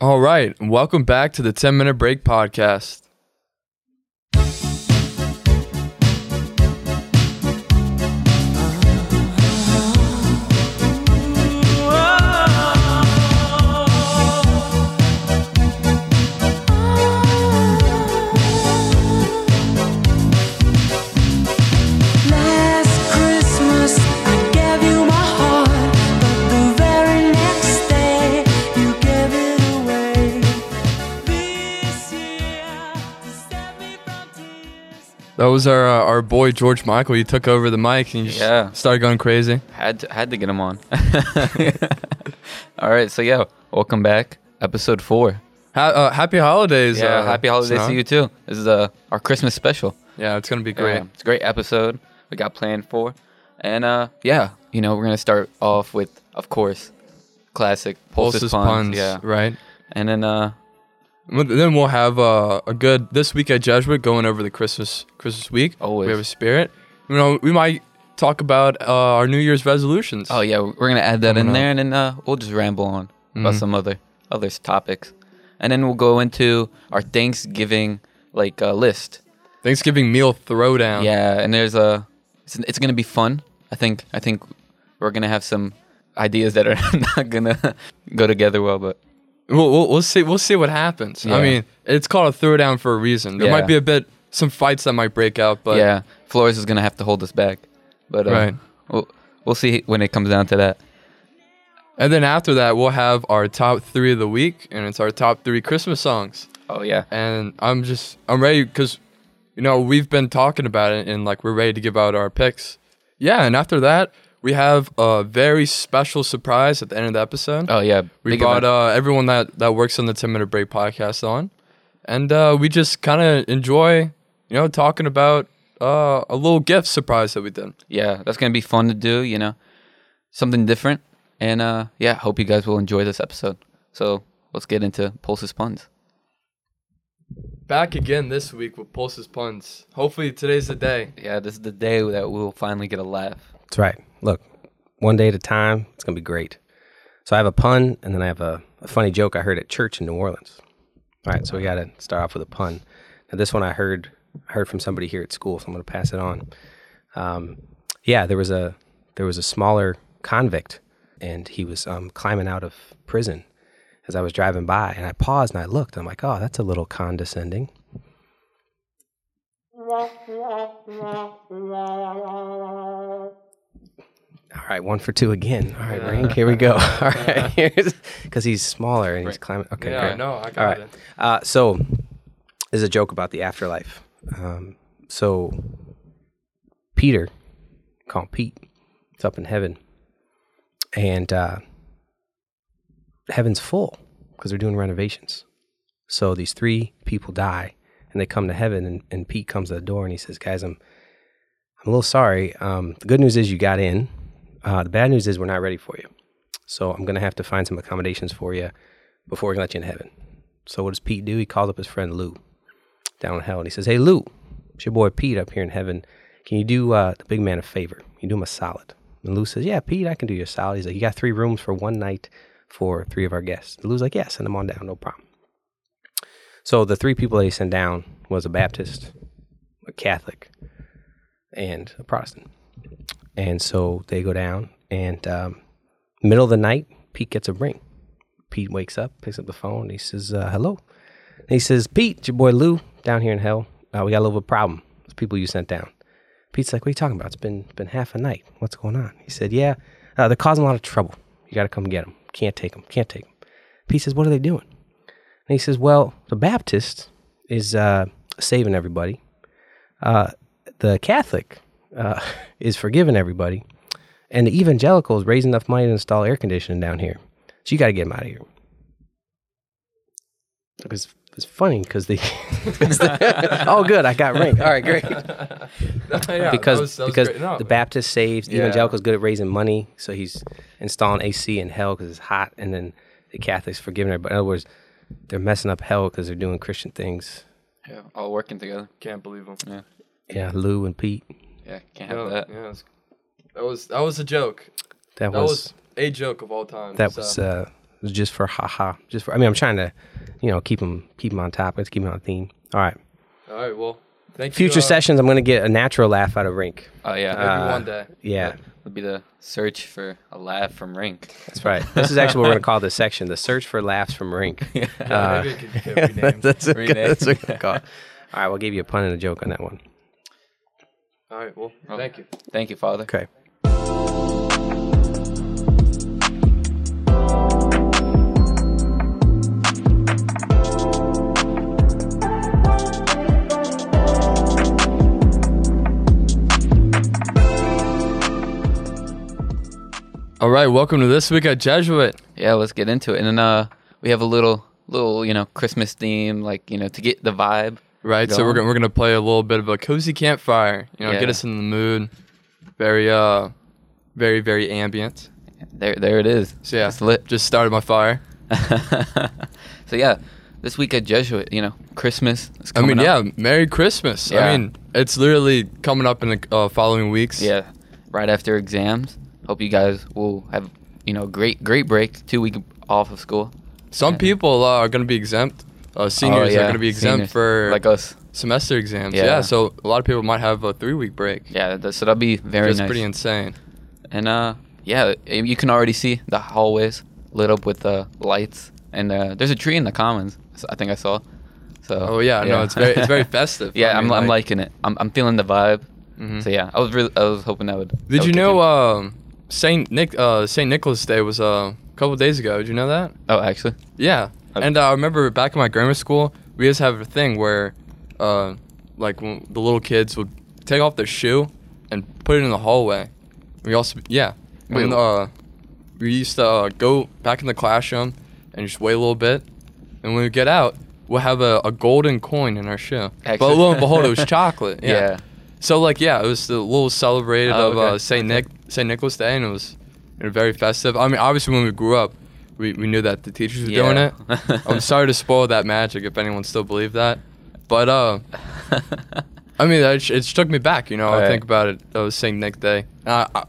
All right, and welcome back to the 10 Minute Break Podcast. Last Christmas I gave you my heart, but the very next day you gave it away. This year to save me from tears. That was our uh, our boy George Michael. He took over the mic and he just Yeah. started going crazy. Had to, had to get him on. All right, so yeah, welcome back, episode four. Ha- uh, happy holidays. Yeah, uh, happy holidays Snow. to you too. This is uh, our Christmas special. Yeah, it's gonna be Great, great. it's a great episode we got planned for, and uh, yeah, you know we're gonna start off with, of course, classic Pulses, pulses, puns, yeah, right? and then uh, Well, Then we'll have uh, a good this week at Jesuit going over the Christmas Christmas week. Always. we have a spirit. You know, we might talk about uh, our New Year's resolutions. oh yeah, we're gonna add that Coming in up. there, and then uh, we'll just ramble on about Mhm. some other other topics, and then we'll go into our Thanksgiving like uh, list. Thanksgiving meal throwdown. Yeah, and there's a it's, it's gonna be fun. I think I think we're gonna have some ideas that are not gonna go together well, but We'll, we'll, we'll see. We'll see what happens. I Yeah. mean, it's called a throwdown for a reason. There Yeah. might be a bit some fights that might break out, but yeah, Flores is gonna have to hold us back. But uh, Right. we'll we'll see when it comes down to that. And then after that, we'll have our top three of the week, and it's our top three Christmas songs. Oh yeah, And I'm just I'm ready because, you know, we've been talking about it, and like we're ready to give out our picks. Yeah, and after that, we have a very special surprise at the end of the episode. oh yeah. we big brought event. uh, everyone that that works on the Ten Minute Break podcast on, and uh, we just kind of enjoy, you know, talking about uh, a little gift surprise that we did. yeah, that's gonna be fun to do. You know, something different, and uh, yeah, hope you guys will enjoy this episode. So let's get into Pulse's puns. Back again this week with Pulse's puns. Hopefully today's the day. Yeah, this is the day that we'll finally get a laugh. That's right. Look, one day at a time, it's going to be great. So I have a pun, and then I have a, a funny joke I heard at church in New Orleans. All right, so we got to start off with a pun. Now, this one I heard I heard from somebody here at school, so I'm going to pass it on. Um, yeah, there was a there was a smaller convict, and he was um, climbing out of prison. As I was driving by, and I paused and I looked. I'm like, oh, that's a little condescending. All right, one for two again. All right, Rank, here we go. All right, here's because he's smaller and he's climbing. Okay, Yeah, great. no, I got All right. it. Uh, so, there's a joke about the afterlife. Um, so, Peter, call him Pete, it's up in heaven, and uh, heaven's full because they're doing renovations. So these three people die, and they come to heaven, and, and Pete comes to the door and he says, "Guys, I'm, I'm a little sorry. Um, the good news is you got in. Uh, the bad news is we're not ready for you. So I'm gonna have to find some accommodations for you before we can let you in heaven." So what does Pete do? He calls up his friend Lou down in hell and he says, Hey Lou, it's your boy Pete up here in heaven. Can you do uh, the big man a favor? Can you do him a solid? And Lou says, Yeah, Pete, I can do your solid. He's like, You got three rooms for one night for three of our guests. And Lou's like, Yeah, send them on down, no problem. So the three people that he sent down was a Baptist, a Catholic, and a Protestant. And so they go down and um, middle of the night, Pete gets a ring. Pete wakes up, picks up the phone, and he says, uh, "Hello." And he says, "Pete, it's your boy Lou down here in hell. Uh, we got a little bit of problem. It's people you sent down." Pete's like, "What are you talking about? It's been been half a night. What's going on?" He said, "Yeah, uh, they're causing a lot of trouble. You got to come get them. Can't take them. Can't take them." Pete says, "What are they doing?" And he says, "Well, the Baptist is uh, saving everybody. Uh, the Catholic uh, is forgiving everybody." and the evangelicals raise enough money to install air conditioning down here. So you got to get them out of here. It's, it's funny because they. oh, good, I got ring. All right, great. Yeah, because that was- that was because great. No, the Baptist saves, the Yeah. evangelicals good at raising money, so he's installing AC in hell because it's hot, and then the Catholics forgiving everybody. In other words, they're messing up hell because they're doing Christian things. Yeah, all working together. can't believe him. Yeah, Lou and Pete. Oh. Yeah, can't have No, that. yeah, that, was, that was that was a joke. That, That was, was a joke of all time. that so. was uh, It was just for haha. Just for I mean, I'm trying to, you know, keep them keep 'em on topic, keep 'em on theme. All right. All right. Well, thank you. Future Uh, uh, sessions, I'm gonna get a natural laugh out of Rink. Oh maybe yeah, one day. Yeah, would be the search for a laugh from Rink. that's right. This is actually what we're gonna call this section: the search for laughs from Rink. uh, Yeah, maybe it could get renamed. that's a good, Rename. that's a good call. All right, we'll give you a pun and a joke on that one. All right. Well, Oh. thank you. Thank you, Father. Okay. All right. Welcome to this week at Jesuit. Yeah, let's get into it. And then uh, we have a little, little, you know, Christmas theme, like you know, to get the vibe. Right. So Go we're on. gonna we're gonna play a little bit of a cozy campfire. You know, Yeah. get us in the mood. Very uh, very very ambient. There, there it is. So yeah, it's lit. Just started my fire. so yeah, this week at Jesuit, you know, Christmas. Is I coming mean, up. yeah. Merry Christmas. Yeah. I mean, it's literally coming up in the uh, following weeks. Yeah, right after exams. Hope you guys will have you know great great break. Two week off of school. Some Yeah. people uh, are gonna be exempt. Uh, seniors Oh, yeah, are gonna be exempt seniors, for like us. semester exams. Yeah. Yeah. So a lot of people might have a three week break. Yeah, that, so that'll be very That's nice. pretty insane. and uh, yeah, y- you can already see the hallways lit up with uh, lights, and uh, there's a tree in the commons. so I think I saw. So. Oh yeah, no, it's very it's very festive. yeah, I I'm, mean, I'm liking it. I'm, I'm feeling the vibe. Mhm. So yeah, I was really I was hoping that would. that Did would you kick know in. um, Saint Nick uh, Saint Nicholas Day was uh, a couple days ago? Did you know that? oh, actually. Yeah, I- and uh, I remember back in my grammar school, we used to have a thing where, uh, like when the little kids would take off their shoe and put it in the hallway. We also yeah, Wait, when, wh- uh, we used to uh, go back in the classroom and just wait a little bit, and when we get out, we'll have a, a golden coin in our shoe. But Excellent. lo and behold, it was chocolate. yeah. So like yeah, it was the little celebrated Oh, of okay. uh, Saint Okay. Nick Saint Nicholas Day, and it was you know, very festive. I mean, obviously when we grew up, we, we knew that the teachers were doing Yeah. it. I'm sorry to spoil that magic if anyone still believed that, but uh, I mean it, sh- it took me back. You know, I Alright. think think about it. That was Saint Nick Day. And I I,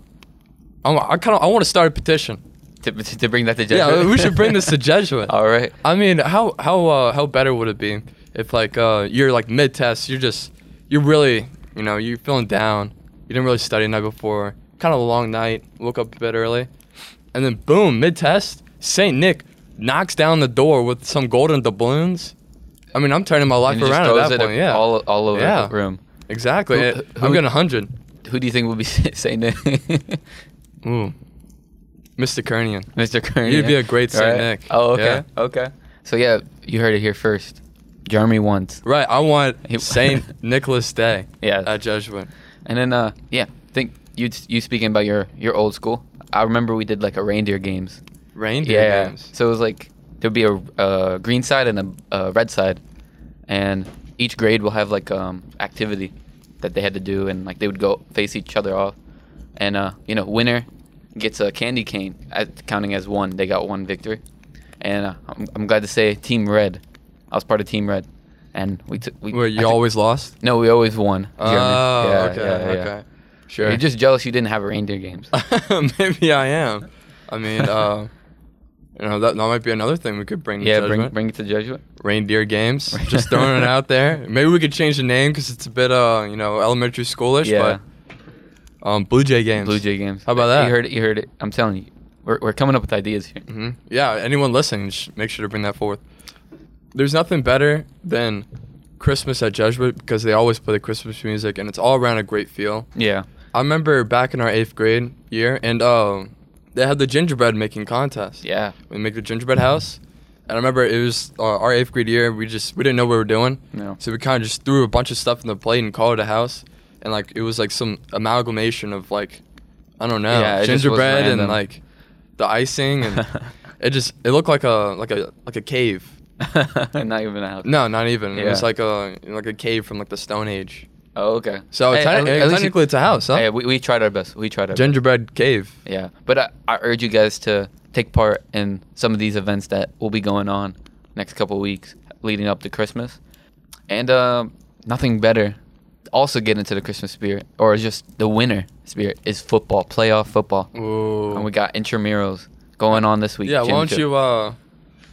I'm- I kind of I want to start a petition. to, to bring that to Yeah, Jesuit. we should bring this to Jesuit. All right. I mean, how how uh, how better would it be if like uh, you're like mid test, you're just you're really you know you're feeling down, you didn't really study the night before, kind of a long night, woke up a bit early, and then boom, mid test, Saint Nick knocks down the door with some golden doubloons. I mean, I'm turning my life And he just around at throws that it point. Yeah, all all over Yeah. the room. exactly. Who- It- who- I'm gonna hundred. Who do you think will be saying that? Ooh, Mr. Kernian. Mr. Kearney. You'd be a great Saint All Nick. Oh, okay, Yeah. okay. So yeah, you heard it here first. Jeremy once, Right, I want He- Saint Nicholas Day Yeah. at Jesuit. and then uh, yeah, I think you you speaking about your your old school. I remember we did like a reindeer games. Reindeer yeah. games. So it was like there'd be a uh, green side and a uh, red side, and each grade will have like um activity that they had to do, and like they would go face each other off, and uh you know winner gets a candy cane at, counting as one. They got one victory, and uh, I'm, I'm glad to say Team Red. I was part of Team Red, and we took we. Where I you think- always lost? No, we always won. Germany. Oh, Yeah, okay, yeah, yeah. okay. Sure. You're just jealous you didn't have reindeer games. maybe I am. I mean, uh, you know, that, that might be another thing we could bring. yeah, to bring judgment. bring it to Jesuit. reindeer games. just throwing it out there. Maybe we could change the name because it's a bit, uh, you know, elementary schoolish. Yeah. But um, Blue Jay games. Blue Jay games. How about that? You heard it. You heard it. I'm telling you, we're, we're coming up with ideas here. hmm Yeah, anyone listening, sh- make sure to bring that forth. There's nothing better than Christmas at Jesuit because they always play the Christmas music and it's all around a great feel. Yeah. I remember back in our eighth grade year, and um, they had the gingerbread making contest. Yeah. we make the gingerbread house, and I remember it was uh, our eighth grade year. We just we didn't know what we were doing, No. so we kind of just threw a bunch of stuff in the plate and called it a house, and like it was like some amalgamation of like I don't know Yeah, it just was gingerbread and random. like the icing, and it just it looked like a like a like a cave. Not even out. No, not even. It was Yeah. like a like a cave from like the Stone Age. Oh, okay. So techni- Hey, at- at least technically, you- it's a house, huh? Hey, we, we tried our best. We tried our gingerbread cave. best. Yeah. But I, I urge you guys to take part in some of these events that will be going on next couple weeks leading up to Christmas. And um, nothing better. Also, get into the Christmas spirit or just the winter spirit is football, playoff football. Ooh. And we got intramurals going on this week. Yeah, why don't championship. you uh,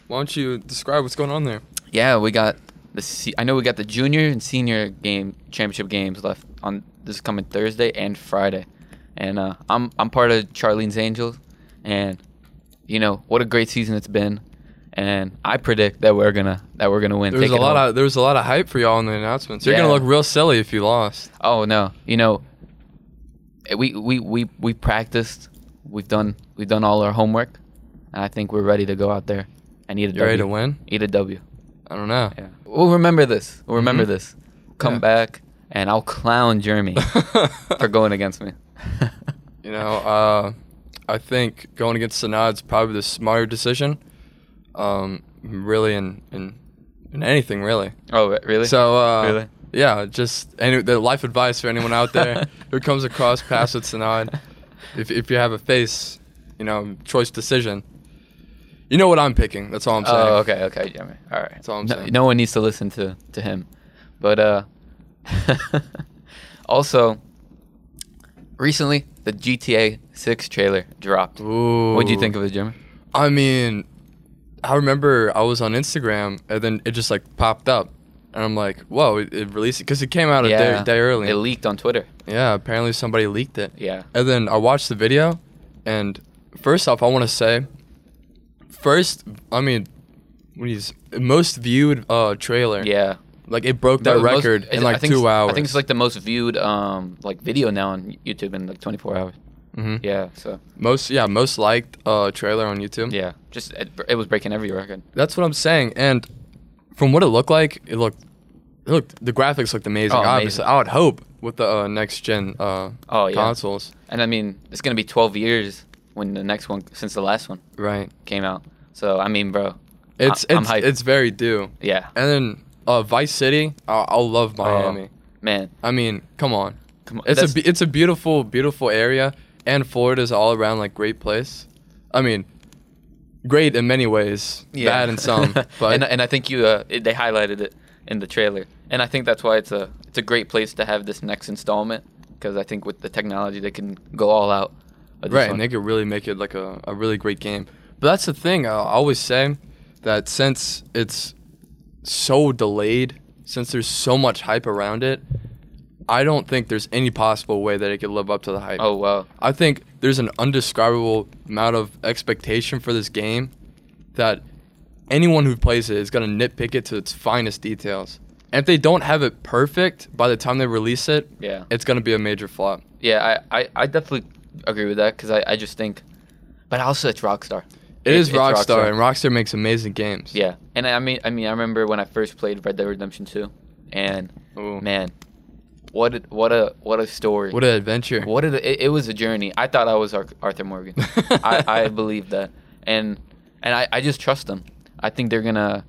why don't you describe what's going on there? Yeah, we got the. se- I know we got the junior and senior game championship games left on this coming Thursday and Friday, and uh, I'm I'm part of Charlene's Angels, and you know what a great season it's been, and I predict that we're gonna that we're gonna win. There was take a it lot home. of there was a lot of hype for y'all in the announcements. You're Yeah. gonna look real silly if you lost. Oh no, you know, we we we we practiced. We've done we've done all our homework, and I think we're ready to go out there and eat a You ready to W. win? Eat a W. I don't know. Yeah. We'll remember this. We'll remember Mhm. this. Come Yeah. back, and I'll clown Jeremy for going against me. You know, uh, I think going against Sanad's probably the smarter decision. Um, really, in in, in anything really. oh, re- really? So uh, Really? yeah, just any the life advice for anyone out there who comes across paths with Sanad. If if you have a face, you know, choice decision. You know what I'm picking. That's all I'm saying. Oh, okay, okay, Jeremy. All right. That's all I'm no, saying. no one needs to listen to to him, but uh, also, recently the GTA Six trailer dropped. Ooh. What'd you think of it, Jeremy? I mean, I remember I was on Instagram and then it just like popped up, and I'm like, "Whoa!" It, it released because it came out a day, day early. It leaked on Twitter. yeah, apparently somebody leaked it. Yeah. And then I watched the video, and first off, I want to say, first, I mean, what is most viewed uh trailer? Yeah. Like it broke that Mo- most- record I in like think two it's- hours. I think it's like the most viewed um like video now on YouTube in like 24 hours. Mhm. Yeah. So most yeah most liked uh trailer on YouTube. yeah, just it, it was breaking every record. That's what I'm saying. And from what it looked like, it looked it looked the graphics looked amazing. Oh, amazing. obviously, I would hope with the uh, next gen uh, Oh, yeah. consoles, And I mean, it's gonna be 12 years when the next one since the last one right? came out. So I mean, bro, It's I'm it's hyped. it's very due. yeah, Um, And then uh, Vice City, I- I'll Oh, love Miami. man, I mean, come on, come on. Oh. it's that's- a be- it's a beautiful beautiful area, and Florida's all around like great place. I mean, great in many ways, yeah. bad in some, but and and I think you uh, it, they highlighted it in the trailer, and I think that's why it's a it's a great place to have this next installment because I think with the technology they can go all out. with this Right, one. and they could really make it like a, a really great game. But that's the thing. I always say that since it's so delayed, since there's so much hype around it, I don't think there's any possible way that it could live up to the hype. oh wow, I think there's an undescribable amount of expectation for this game that anyone who plays it is going to nitpick it to its finest details. And if they don't have it perfect by the time they release it, yeah. it's going to be a major flop. Yeah, I, I, I definitely agree with that because I, I just think, but also it's Rockstar. It is it's Rockstar, and Rockstar makes amazing games. yeah, and I mean I mean I remember when I first played Red Dead Redemption Two, and Ooh. man, what a, what a what a story. What an adventure. what did it, it was a journey. I thought I was Ar- Arthur Morgan. I, I believe that, and and I, I just trust them. I think they're gonna.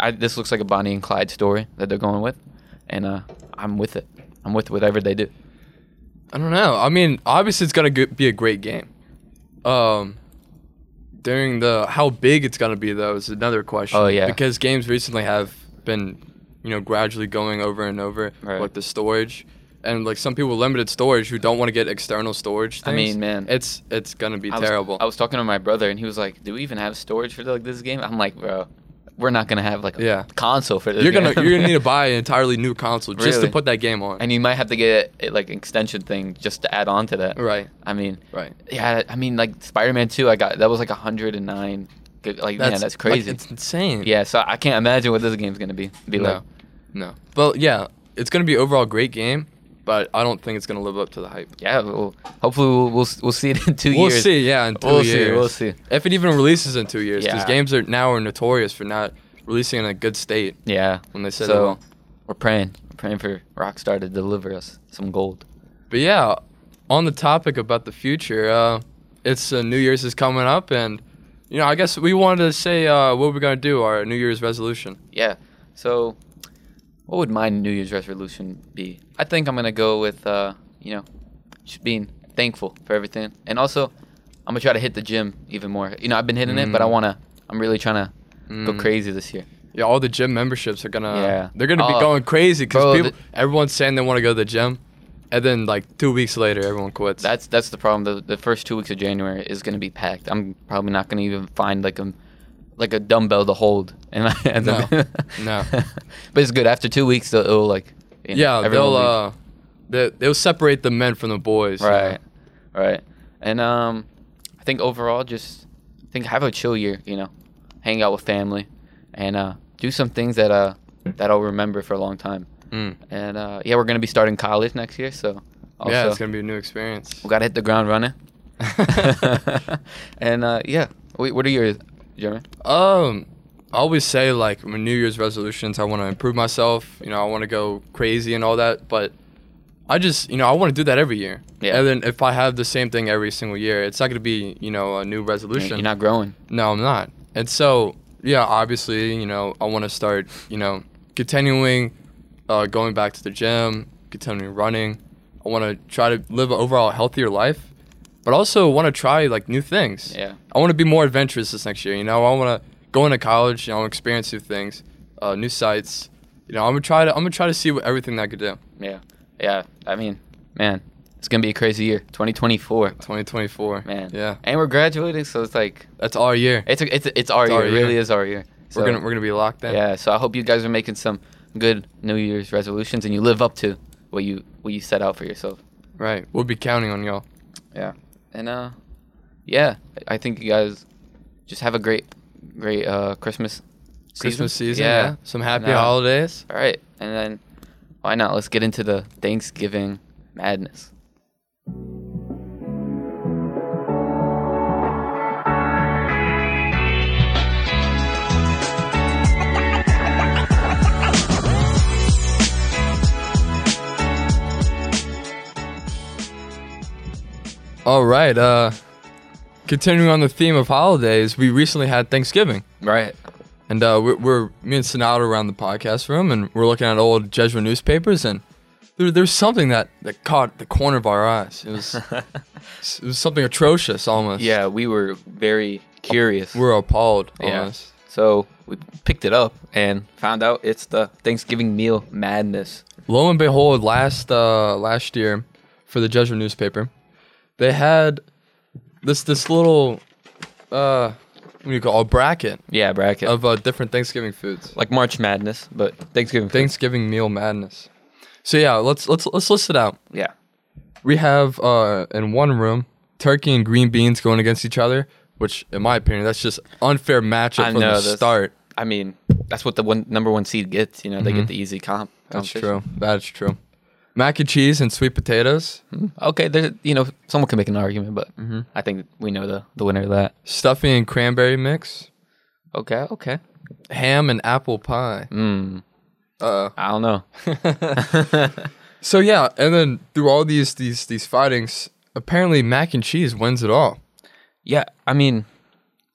I, this looks like a Bonnie and Clyde story that they're going with, and uh, I'm with it. I'm with whatever they do. I don't know. I mean, obviously it's gonna go- be a great game. Um, during the how big it's gonna be though is another question. Oh, yeah. Because games recently have been, you know, gradually going over and over Right. like the storage, and like some people with limited storage who don't want to get external storage. I Things, mean, man. it's it's gonna be I was- terrible. I was talking to my brother, and he was like, "Do we even have storage for like this game?" I'm like, "Bro, we're not gonna have like a Yeah. console for this." you're gonna game." you're gonna need to buy an entirely new console just to Really? put that game on. and you might have to get it, like an extension thing just to add on to that. right. I mean, Right. yeah, I mean, like Spider-Man 2, I got that was like 109. Good- Like, man, that's like, crazy. it's insane. yeah, so I can't imagine what this game's gonna be. Be like, No, no. Well, yeah, it's gonna be overall great game, but I don't think it's gonna live up to the hype. yeah. Well, hopefully, we'll, we'll we'll see it in 2 We'll years. see. Yeah, in 2 We'll see, years. we'll see. If it even releases in two years, because Yeah. games are now are notorious for not releasing in a good state Yeah. when they say they so will. we're praying, we're praying for Rockstar to deliver us some gold. But yeah, on the topic about the future, uh, it's uh, New Year's is coming up, and you know, I guess we wanted to say uh, what we're gonna do our New Year's resolution. Yeah. So, what would my New Year's resolution be? I think I'm gonna go with uh, you know, just being thankful for everything, and also I'm gonna try to hit the gym even more. You know, I've been hitting it, but I Mm. wanna. I'm really trying to go Mm. crazy this year. Yeah, all the gym memberships are gonna Yeah. they're gonna be Oh, going crazy because bro, people the- everyone's saying they want to go to the gym. and then like two weeks later, everyone quits. That's that's the problem. The, the first two weeks of January is going to be packed. I'm probably not going to even find like a like a dumbbell to hold. And, I- and No. then- No. but it's good. After two weeks, it'll, it'll, like you know, yeah, everyone they'll will be- uh, they, they'll separate the men from the boys. you know? Right. Right. And um I think overall just I think have a chill year, you know. Hang out with family and uh do some things that uh that I'll remember for a long time. Mm. And uh yeah, we're going to be starting college next year, so also Yeah, it's gonna be a new experience. we got to hit the ground running. and uh yeah, Wait, what are your Jeremy? Um, I always say like my New Year's resolutions, I want to improve myself. You know, I want to go crazy and all that. But I just, you know, I want to do that every year. Yeah. And then if I have the same thing every single year, it's not gonna be, you know, a new resolution. You're not growing. No, I'm not. And so, yeah, obviously, you know, I want to start, you know, continuing uh, going back to the gym, continuing running. I want to try to live an overall healthier life, but also want to try like new things. Yeah. I want to be more adventurous this next year. You know, I want to go into college. You know, I wanna experience new things, uh, new sites. You know, I'm gonna try to I'm gonna try to see what everything that I could do. Yeah. Yeah, I mean, man, it's going to be a crazy year. 2024. 2024. Man. Yeah. And we're graduating, so it's like That's our year. It's it's it's our It's year. our It really year. is our year. So, we're gonna we're gonna be locked in. yeah. So I hope you guys are making some good New Year's resolutions and you live up to what you what you set out for yourself. Right. We'll be counting on y'all. Yeah. And uh, yeah. I think you guys just have a great great uh Christmas season. Christmas season. Yeah. Some happy No. holidays. All right. And then why not? Let's get into the Thanksgiving madness. All right. Uh, continuing on the theme of holidays, we recently had Thanksgiving, Right. and uh, we're, we're me and Sonata around the podcast room, and we're looking at old Jesuit newspapers, and there, there's something that that caught the corner of our eyes. It was it was something atrocious, almost. Yeah. We were very curious. we were appalled. Yeah. Almost. So we picked it up and found out it's the Thanksgiving meal madness. Lo and behold, last uh, last year, for the Jesuit newspaper, they had this this little uh, what do you call it, a bracket Yeah, bracket. of uh, different Thanksgiving foods. like March Madness, but Thanksgiving. Thanksgiving meal madness. So yeah, let's let's let's list it out. yeah. We have uh in one room turkey and green beans going against each other, which in my opinion that's just unfair matchup I from know, the that's- start. I mean, that's what the one number one seed gets. You know, they get the easy comp. Mm-hmm. That's competition. true. That's true. Mac and cheese and sweet potatoes, Okay, there's you know someone can make an argument, but Mm-hmm. I think we know the the winner of that. stuffing and cranberry mix, Okay, okay. ham and apple pie. Mm. I don't know. So yeah, and then through all these these these fightings, apparently mac and cheese wins it all. Yeah, I mean,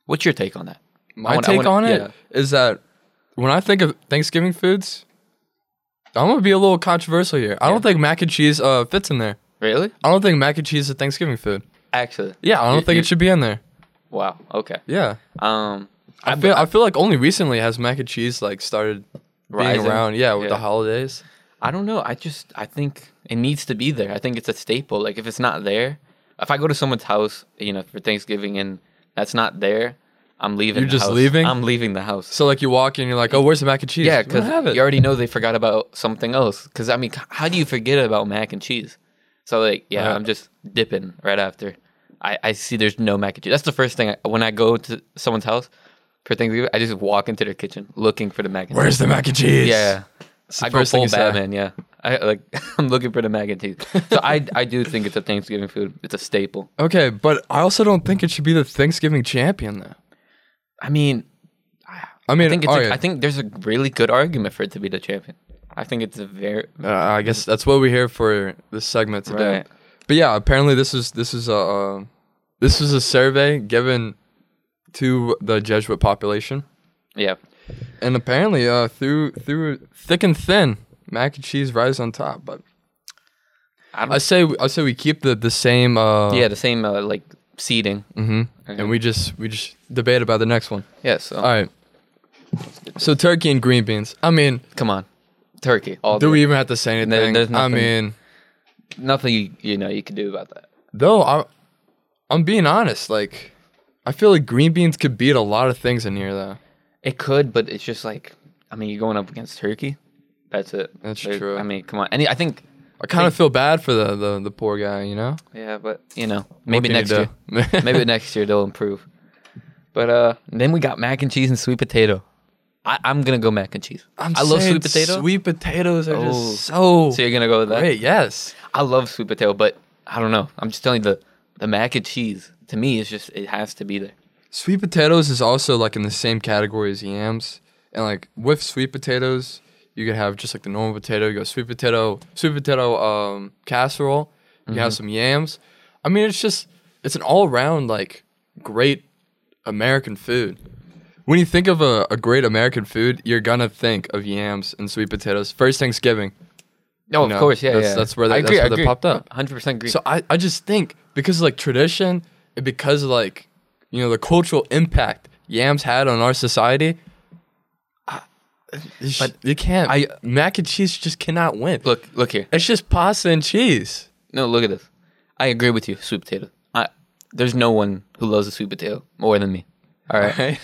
what's your take on that? My I wanna- I take wanna- on it is yeah. that when I think of Thanksgiving foods, I'm gonna be a little controversial here. I don't think mac and cheese uh, fits in there. Really? I don't think mac and cheese is a Thanksgiving food. Actually. Yeah, I don't You- think you- it should be in there. Wow. Okay. Yeah, Um. I feel I feel like only recently has mac and cheese like started being Rising. around. Yeah, with the Yeah. holidays. I don't know. I just I think it needs to be there. I think it's a staple. Like if it's not there, if I go to someone's house, you know, for Thanksgiving and that's not there, I'm leaving. You're the just house. leaving? I'm leaving the house. So like you walk in, you're like, oh, where's the mac and cheese? yeah, We don't because have it. you already know they forgot about something else. Because I mean, c- how do you forget about mac and cheese? So like, yeah, Right. I'm just dipping right after. I, I see there's no mac and cheese. That's the first thing I, when I go to someone's house for Thanksgiving. I just walk into their kitchen looking for the mac and cheese. where's the mac and cheese? Yeah, It's the I go first thing full you say. Batman. Yeah, I like. I'm looking for the mac and cheese. So I, I do think it's a Thanksgiving food. It's a staple. Okay, but I also don't think it should be the Thanksgiving champion though. I mean, I mean, I think it's. alright. A, I think there's a really good argument for it to be the champion. I think it's a very. Uh, I guess that's what we're here for this segment today. Right. But yeah, apparently this is this is a uh, this is a survey given to the Jesuit population, Yeah, and apparently uh, through through thick and thin, mac and cheese rise on top. But I don't. I say I say we keep the the same. Uh, yeah, the same uh, like seating. Mm. And we just we just debate about the next one. Yeah. So All right. So turkey and green beans. I mean, come on, turkey. All do day. we even have to say There- anything? there's I nothing. mean, nothing you, you know you can do about that. Though I, I'm being honest. Like, I feel like green beans could beat a lot of things in here, though. It could, but it's just like I mean, you're going up against Turkey. That's it. That's true. I mean, come on. And I think I kind of feel bad for the, the the poor guy. You know. yeah, but you know, maybe can you next year. do? maybe next year they'll improve. But uh then we got mac and cheese and sweet potato. I, I'm gonna go mac and cheese. I love saying sweet potato. Sweet potatoes are Oh. just so, So you're gonna go with that? great. Yes. I love sweet potato, but I don't know. I'm just telling you the the mac and cheese to me is just it has to be there. Sweet potatoes is also like in the same category as yams, and like with sweet potatoes, you could have just like the normal potato. You got sweet potato, sweet potato um, casserole. You have some yams. I mean, it's just it's an all around like great American food. When you think of a, a great American food, you're gonna think of yams and sweet potatoes. First Thanksgiving, No, No, of course, yeah, that's- yeah. that's where they- I that's agree, where I they agree. popped up. 100 percent agree. So I, I just think because of like tradition and because of like you know the cultural impact yams had on our society, I, but you can't. I- mac and cheese just cannot win. look, look here. it's just pasta and cheese. No, look at this. I agree with you, sweet potato. I there's no one who loves a sweet potato more than me. All right. Right?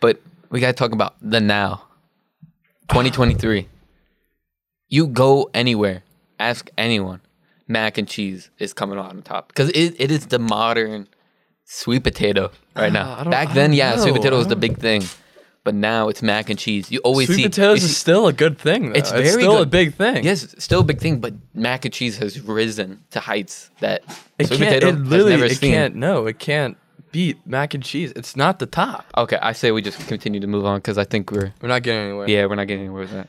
But we gotta talk about the now. 2023. you go anywhere, ask anyone, mac and cheese is coming out on top because it, it is the modern sweet potato right now. I don't- I Back then, don't yeah, sweet know. potato was I the don't- big thing, but now it's mac and cheese. You always Sweet see potatoes you is see- still a good thing. Though. It's, it's very still a good. big thing. Yes, it's still a big thing, but mac and cheese has risen to heights that it sweet can't. potato It literally has never it seen. can't. No, it can't beat mac and cheese. It's not the top. Okay, I say we just continue to move on because I think we're We're not getting anywhere. yeah we're not getting anywhere with that.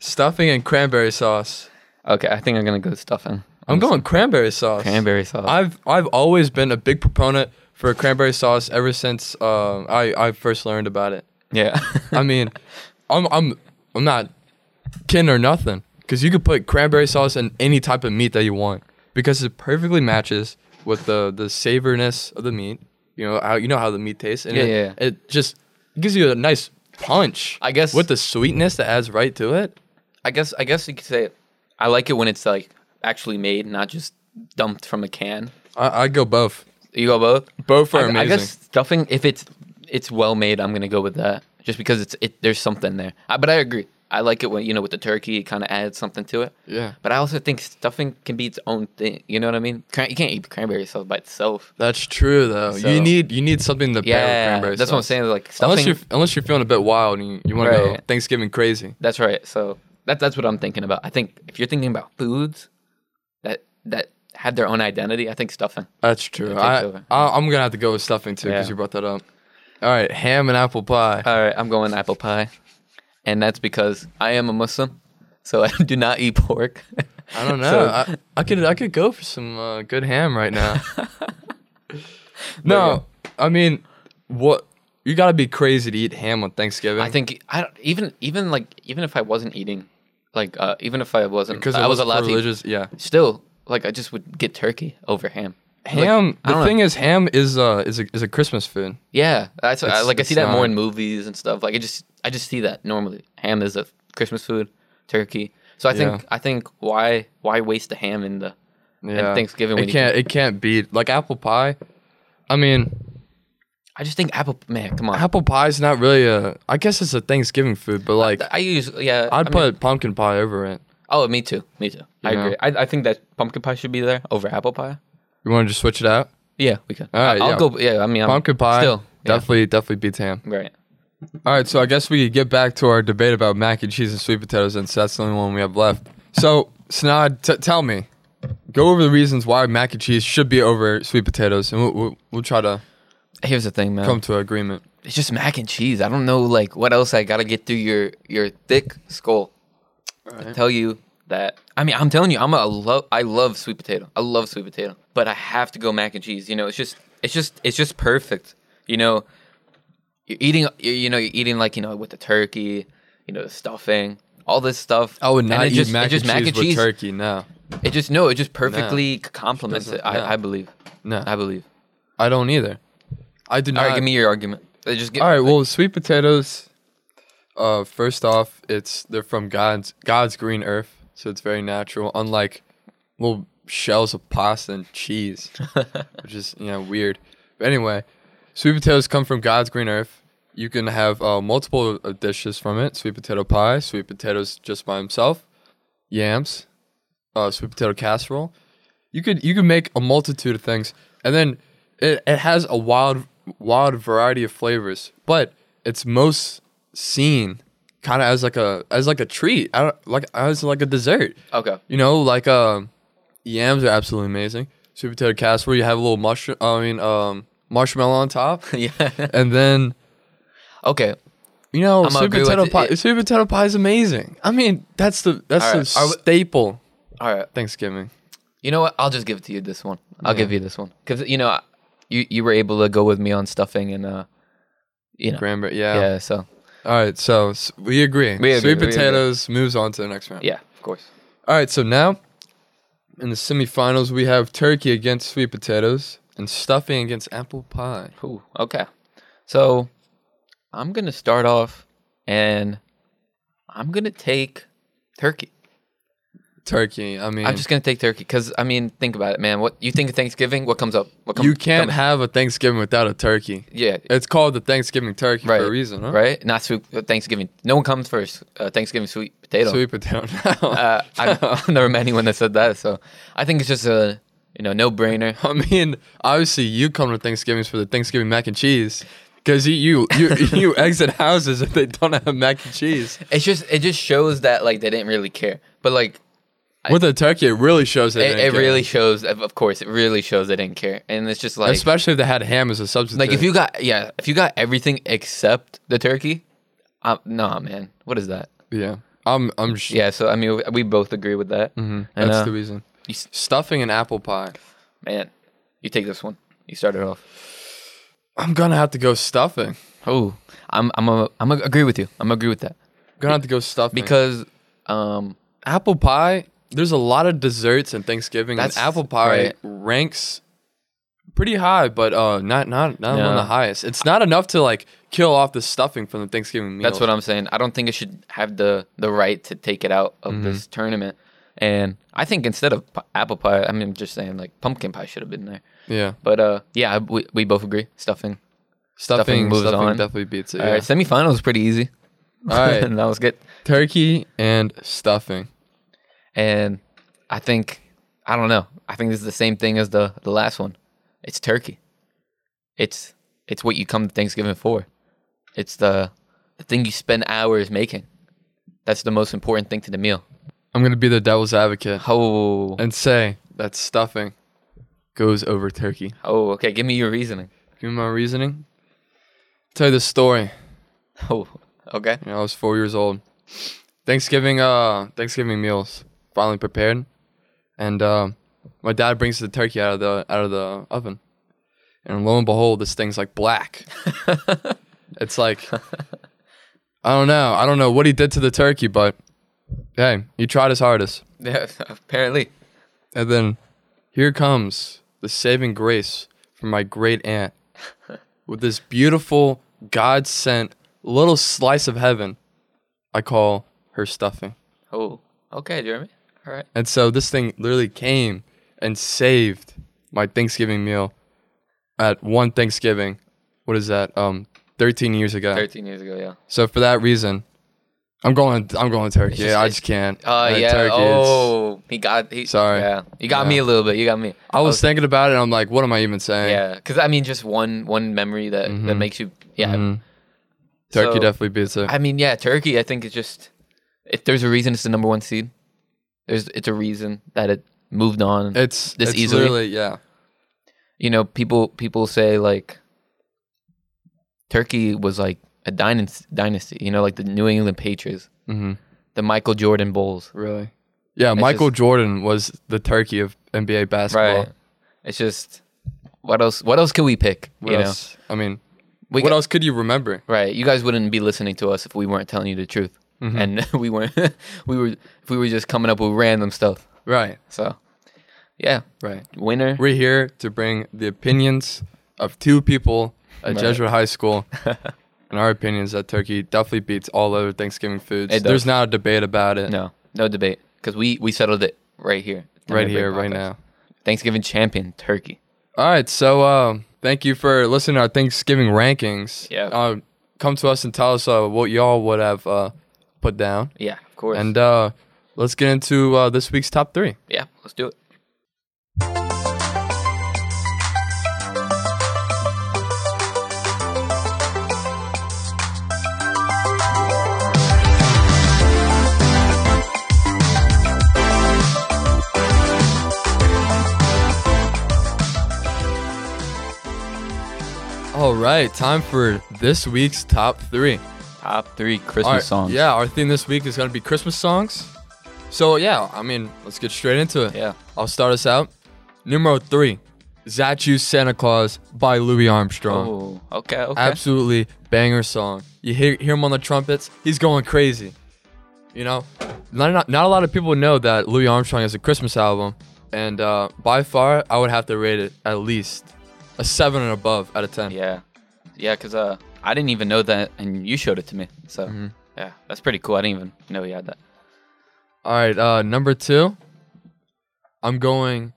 Stuffing and cranberry sauce. Okay, I think I'm gonna go stuffing. I'm going cranberry sauce. cranberry sauce. I've I've always been a big proponent for cranberry sauce ever since um, I I first learned about it. yeah. I mean, I'm I'm I'm not kidding or nothing because you could put cranberry sauce in any type of meat that you want because it perfectly matches with the the savoriness of the meat. You know how you know how the meat tastes, and Yeah, it, yeah, yeah. it just gives you a nice punch. I guess- with the sweetness that adds right to it. I guess I guess you could say it. I like it when it's like actually made, not just dumped from a can. I I go both. You go both. Both are I, I amazing. guess stuffing if it's it's well made, I'm gonna go with that just because it's it. There's something there. I, but I agree. I like it when you know with the turkey, it kind of adds something to it. Yeah. But I also think stuffing can be its own thing. You know what I mean? Cran- you can't eat cranberry sauce by itself. That's true though. So- you need you need something to pair with Yeah, cranberry that's what I'm sauce. saying. Like stuffing. Unless you're unless you're feeling a bit wild and you, you want to go Right. Thanksgiving crazy. That's right. So that that's what I'm thinking about. I think if you're thinking about foods that that had their own identity, I think stuffing. That's true. takes I, over. I I'm gonna have to go with stuffing too because Yeah. you brought that up. All right, ham and apple pie. All right, I'm going apple pie, and that's because I am a Muslim, so I do not eat pork. I don't know. so- I, I could I could go for some uh, good ham right now. no, I mean, what you gotta be crazy to eat ham on Thanksgiving. I think I don't, even even like even if I wasn't eating, like uh, even if I wasn't because I was allowed religious. yeah, to eat, still like I just would get turkey over ham. Like, ham. I the don't thing know. is, ham is uh is a is a Christmas food. yeah, that's I, It's- like I see it's that more not- in movies and stuff. Like I just I just see that normally ham is a Christmas food, turkey. So I think Yeah. I think why why waste the ham in the Yeah, Thanksgiving when it you can't it can't beat like apple pie. I mean, I just think apple man come on Apple pie's not really a. I guess it's a Thanksgiving food, but like I use yeah I'd I mean- put pumpkin pie over it. Oh, me too. Me too. I You know? agree. I, I think that pumpkin pie should be there over apple pie. You want to just switch it out? Yeah, we could. All right, I'll yeah. go. Yeah, I mean, I'm Pumpkin pie Um, Still, yeah, definitely definitely beats ham. right. All right, so I guess we could get back to our debate about mac and cheese and sweet potatoes, and that's the only one we have left. So Snod, t- tell me, go over the reasons why mac and cheese should be over sweet potatoes, and we'll we'll, we'll try to Here's the thing, man. come to an agreement. It's just mac and cheese. I don't know, like, what else I gotta get through your your thick skull. I tell you that. I mean, I'm telling you, I'm a love. I love sweet potato. I love sweet potato, but I have to go mac and cheese. You know, it's just, it's just, it's just perfect. You know, you're eating. You're, you know, you're eating like you know with the turkey. You know, the stuffing, all this stuff. I would And not it eat just- mac, it's just and cheese with turkey. No, It just no, it just perfectly complements doesn't- it. I, no. I believe. no, I believe. I don't either. I do All not. right, give me your argument. Uh, Just give, All right. Well, sweet potatoes. Uh, first off, it's they're from God's God's green earth, so it's very natural. Unlike, well, shells of pasta and cheese, which is you know weird. But anyway, sweet potatoes come from God's green earth. You can have uh, multiple uh, dishes from it: sweet potato pie, sweet potatoes just by himself, yams, uh, sweet potato casserole. You could you could make a multitude of things, and then it, it has a wild wild variety of flavors. But it's most seen kind of as like a as like a treat, I don't, like as like a dessert. Okay. You know, like um, yams are absolutely amazing. Sweet potato casserole, you have a little mushroom. I mean, um, marshmallow on top, yeah. and then Okay. you know, I'm sweet agree with potato it. pie. sweet potato pie is amazing. I mean, that's the that's All the right, are we- staple All right. Thanksgiving. You know what? I'll just give it to you this one. I'll Yeah. give you this one because you know I- you you were able to go with me on stuffing and uh, you know, Cranberry, yeah. yeah. So All right, so s- we agree. We agree, sweet we agree. potatoes moves on to the next round. yeah, of course. All right, so now in the semifinals we have turkey against sweet potatoes and stuffing against apple pie. Ooh, okay. So I'm gonna start off and I'm gonna take turkey. Turkey, I mean, I'm just gonna take turkey because I mean, think about it, man. What you think of Thanksgiving? What comes up? What comes? you can't come- have a Thanksgiving without a turkey. Yeah. It's called the Thanksgiving turkey Right. for a reason, huh? Right. Not sweet Thanksgiving. No one comes first. Uh, Thanksgiving sweet potato. Sweet potato. Uh, I've, I've never met anyone that said that. So I think it's just a you know no brainer. I mean, obviously you come to Thanksgivings for the Thanksgiving mac and cheese because you you, you you exit houses if they don't have mac and cheese. It's just it just shows that like they didn't really care. But like With a turkey, it really shows that it, it really shows. Of of course, it really shows they didn't care. And it's just like especially if they had ham as a substitute. like if you got yeah if you got everything except the turkey, um, nah man, what is that? yeah, I'm I'm sh- Yeah. So I mean we, we both agree with that. Mhm. And, that's uh, the reason. you s- Stuffing an apple pie. man, you take this one. You start it off. I'm gonna have to go stuffing. Oh, I'm I'm a, I'm a, agree with you. I'm agree with that gonna have to go stuffing because um apple pie there's a lot of desserts in thanksgiving That's and apple pie right. ranks pretty high but uh not not not one Yeah. of the highest it's not enough to like kill off the stuffing from the thanksgiving meal That's what I'm saying. I don't think it should have the the right to take it out of Mm-hmm. this tournament. And I think instead of pi- apple pie, I mean, I'm just saying like pumpkin pie should have been there. yeah But uh, yeah, I- we, we both agree stuffing. stuffing Stuffing stuffing, moves on. definitely beats it All yeah. right, semifinal was pretty easy. All right. and that was good. turkey and stuffing And I think I don't know. I think this is the same thing as the the last one. It's turkey. It's it's what you come to Thanksgiving for. It's the the thing you spend hours making. That's the most important thing to the meal. i'm gonna be the devil's advocate Oh. and say that stuffing goes over turkey Oh, okay. Give me your reasoning. give me my reasoning tell you the story Oh, okay. You know, I was four years old. Thanksgiving, uh, Thanksgiving meals finally prepared, and um, my dad brings the turkey out of the out of the oven, and lo and behold, this thing's like black. it's like I don't know, I don't know what he did to the turkey, but hey, he tried his hardest. Yeah, apparently. And then here comes the saving grace from my great aunt with this beautiful God sent little slice of heaven I call her stuffing. Oh, okay, Jeremy. All right. And so this thing literally came and saved my Thanksgiving meal at one Thanksgiving. What is that? Um 13 years ago. Thirteen years ago, yeah. So for that reason, I'm going I'm going to Turkey. just- I it's- just can't. Oh, Uh, yeah. Turkey, it's- oh, he got. He, Sorry. Yeah, you got Yeah. me a little bit. You got me. I was thinking about it and I'm like, what am I even saying? Mm-hmm. Yeah, because I mean, just one one memory that that makes you. Yeah. Mhm. Turkey So, definitely beats it. I mean, yeah, Turkey. I think it's just if there's a reason it's the number one seed. There's it's a reason that it moved on. It's this it's easily? literally- yeah. you know, people people say like Turkey was like a dynasty, dynasty. You know, like the New England Patriots. hmm the Michael Jordan Bulls. Really. Yeah, Michael just- Jordan was the turkey of NBA basketball. It's just what else what else could we pick? What you else? I mean, know. We what got- else could you remember? Right. You guys wouldn't be listening to us if we weren't telling you the truth. Mm-hmm. And we weren't we were if we were just coming up with random stuff. Right. So yeah. Right. Winner. We're here to bring the opinions of two people at Right. Jesuit High School. and our opinions that turkey definitely beats all other Thanksgiving foods. It does. There's not a debate about it. no. No debate. Because we, we settled it right here. right Every here, right podcast. now. Thanksgiving champion, Turkey. All right, so uh, thank you for listening to our Thanksgiving rankings. Yeah. Uh, come to us and tell us uh, what y'all would have uh, put down, Yeah, of course. and uh, let's get into uh, this week's top three. yeah, let's do it. All right, time for this week's top three. Top three Christmas All right, songs. Yeah, our theme this week is gonna be Christmas songs. So yeah, I mean, let's get straight into it. Yeah. I'll start us out. Numero three, "That You Santa Claus" by Louis Armstrong. Oh, okay, okay. absolutely banger song. You hear, hear him on the trumpets, he's going crazy. You know, not, not, not a lot of people know that Louis Armstrong has a Christmas album, and uh, by far, I would have to rate it at least a 7 and above out of 10. Yeah, yeah, because uh, I didn't even know that, and you showed it to me. So Mm-hmm. yeah, that's pretty cool. I didn't even know you had that. All right, uh, number two, I'm going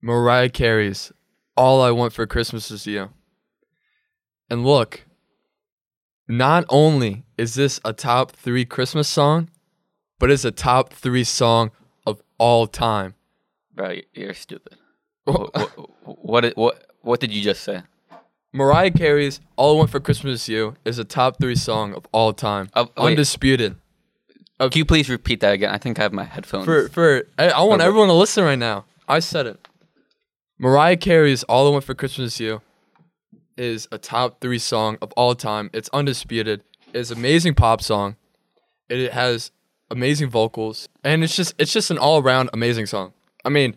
Mariah Carey's All I Want for Christmas Is You. And look, not only is this a top three Christmas song, but it's a top three song of all time. Bro, you're, you're stupid. what, what, what what what did you just say? Mariah Carey's All I Want for Christmas Is You is a top three song of all time. Of- wait. Undisputed. Can you please repeat that again? I think I have my headphones. for for I, I want but- everyone to listen right now. I said it. Mariah Carey's "All I Want for Christmas Is You" is a top three song of all time. It's undisputed. It's an amazing pop song. It, it has amazing vocals, and it's just it's just an all around amazing song. I mean,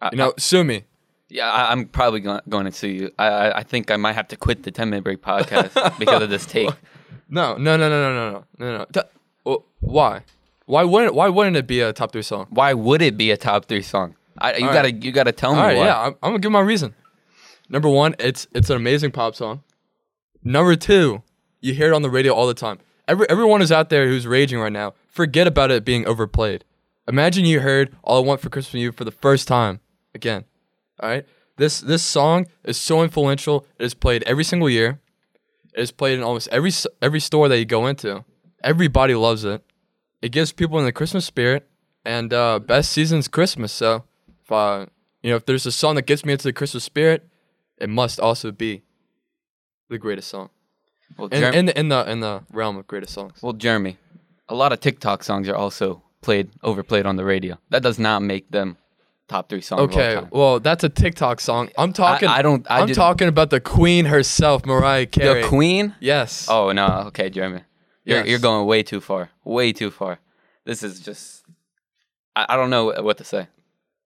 I- you know, sue me. yeah, I, I'm probably go- going to sue you. I, I I think I might have to quit the 10 minute break podcast because of this take. No, no, no, no, no, no, no, no, no. Th- wh- why? Why wouldn't why wouldn't it be a top three song? Why would it be a top three song? I, you All right. gotta you gotta tell me All right, why. yeah, I'm, I'm gonna give my reason. Number one, it's it's an amazing pop song. Number two, you hear it on the radio all the time. Every everyone is out there who's raging right now. Forget about it being overplayed. Imagine you heard "All I Want for Christmas Is You" for the first time again. All right, this this song is so influential. It is played every single year. It is played in almost every s- every store that you go into. Everybody loves it. It gives people in the Christmas spirit, and uh, best season's Christmas. So, if uh, you know, if there's a song that gets me into the Christmas spirit, it must also be the greatest song Well, in, Jerem- in the in the in the realm of greatest songs. well, Jeremy, a lot of TikTok songs are also played overplayed on the radio. That does not make them top three songs. Of all Okay, time. well that's a TikTok song. I'm talking. I don't- I am didn't- talking about the Queen herself, Mariah Carey. The Queen. Yes. Oh no. Okay, Jeremy, you're Yes. you're going way too far. Way too far. This is just. I, I don't know what to say.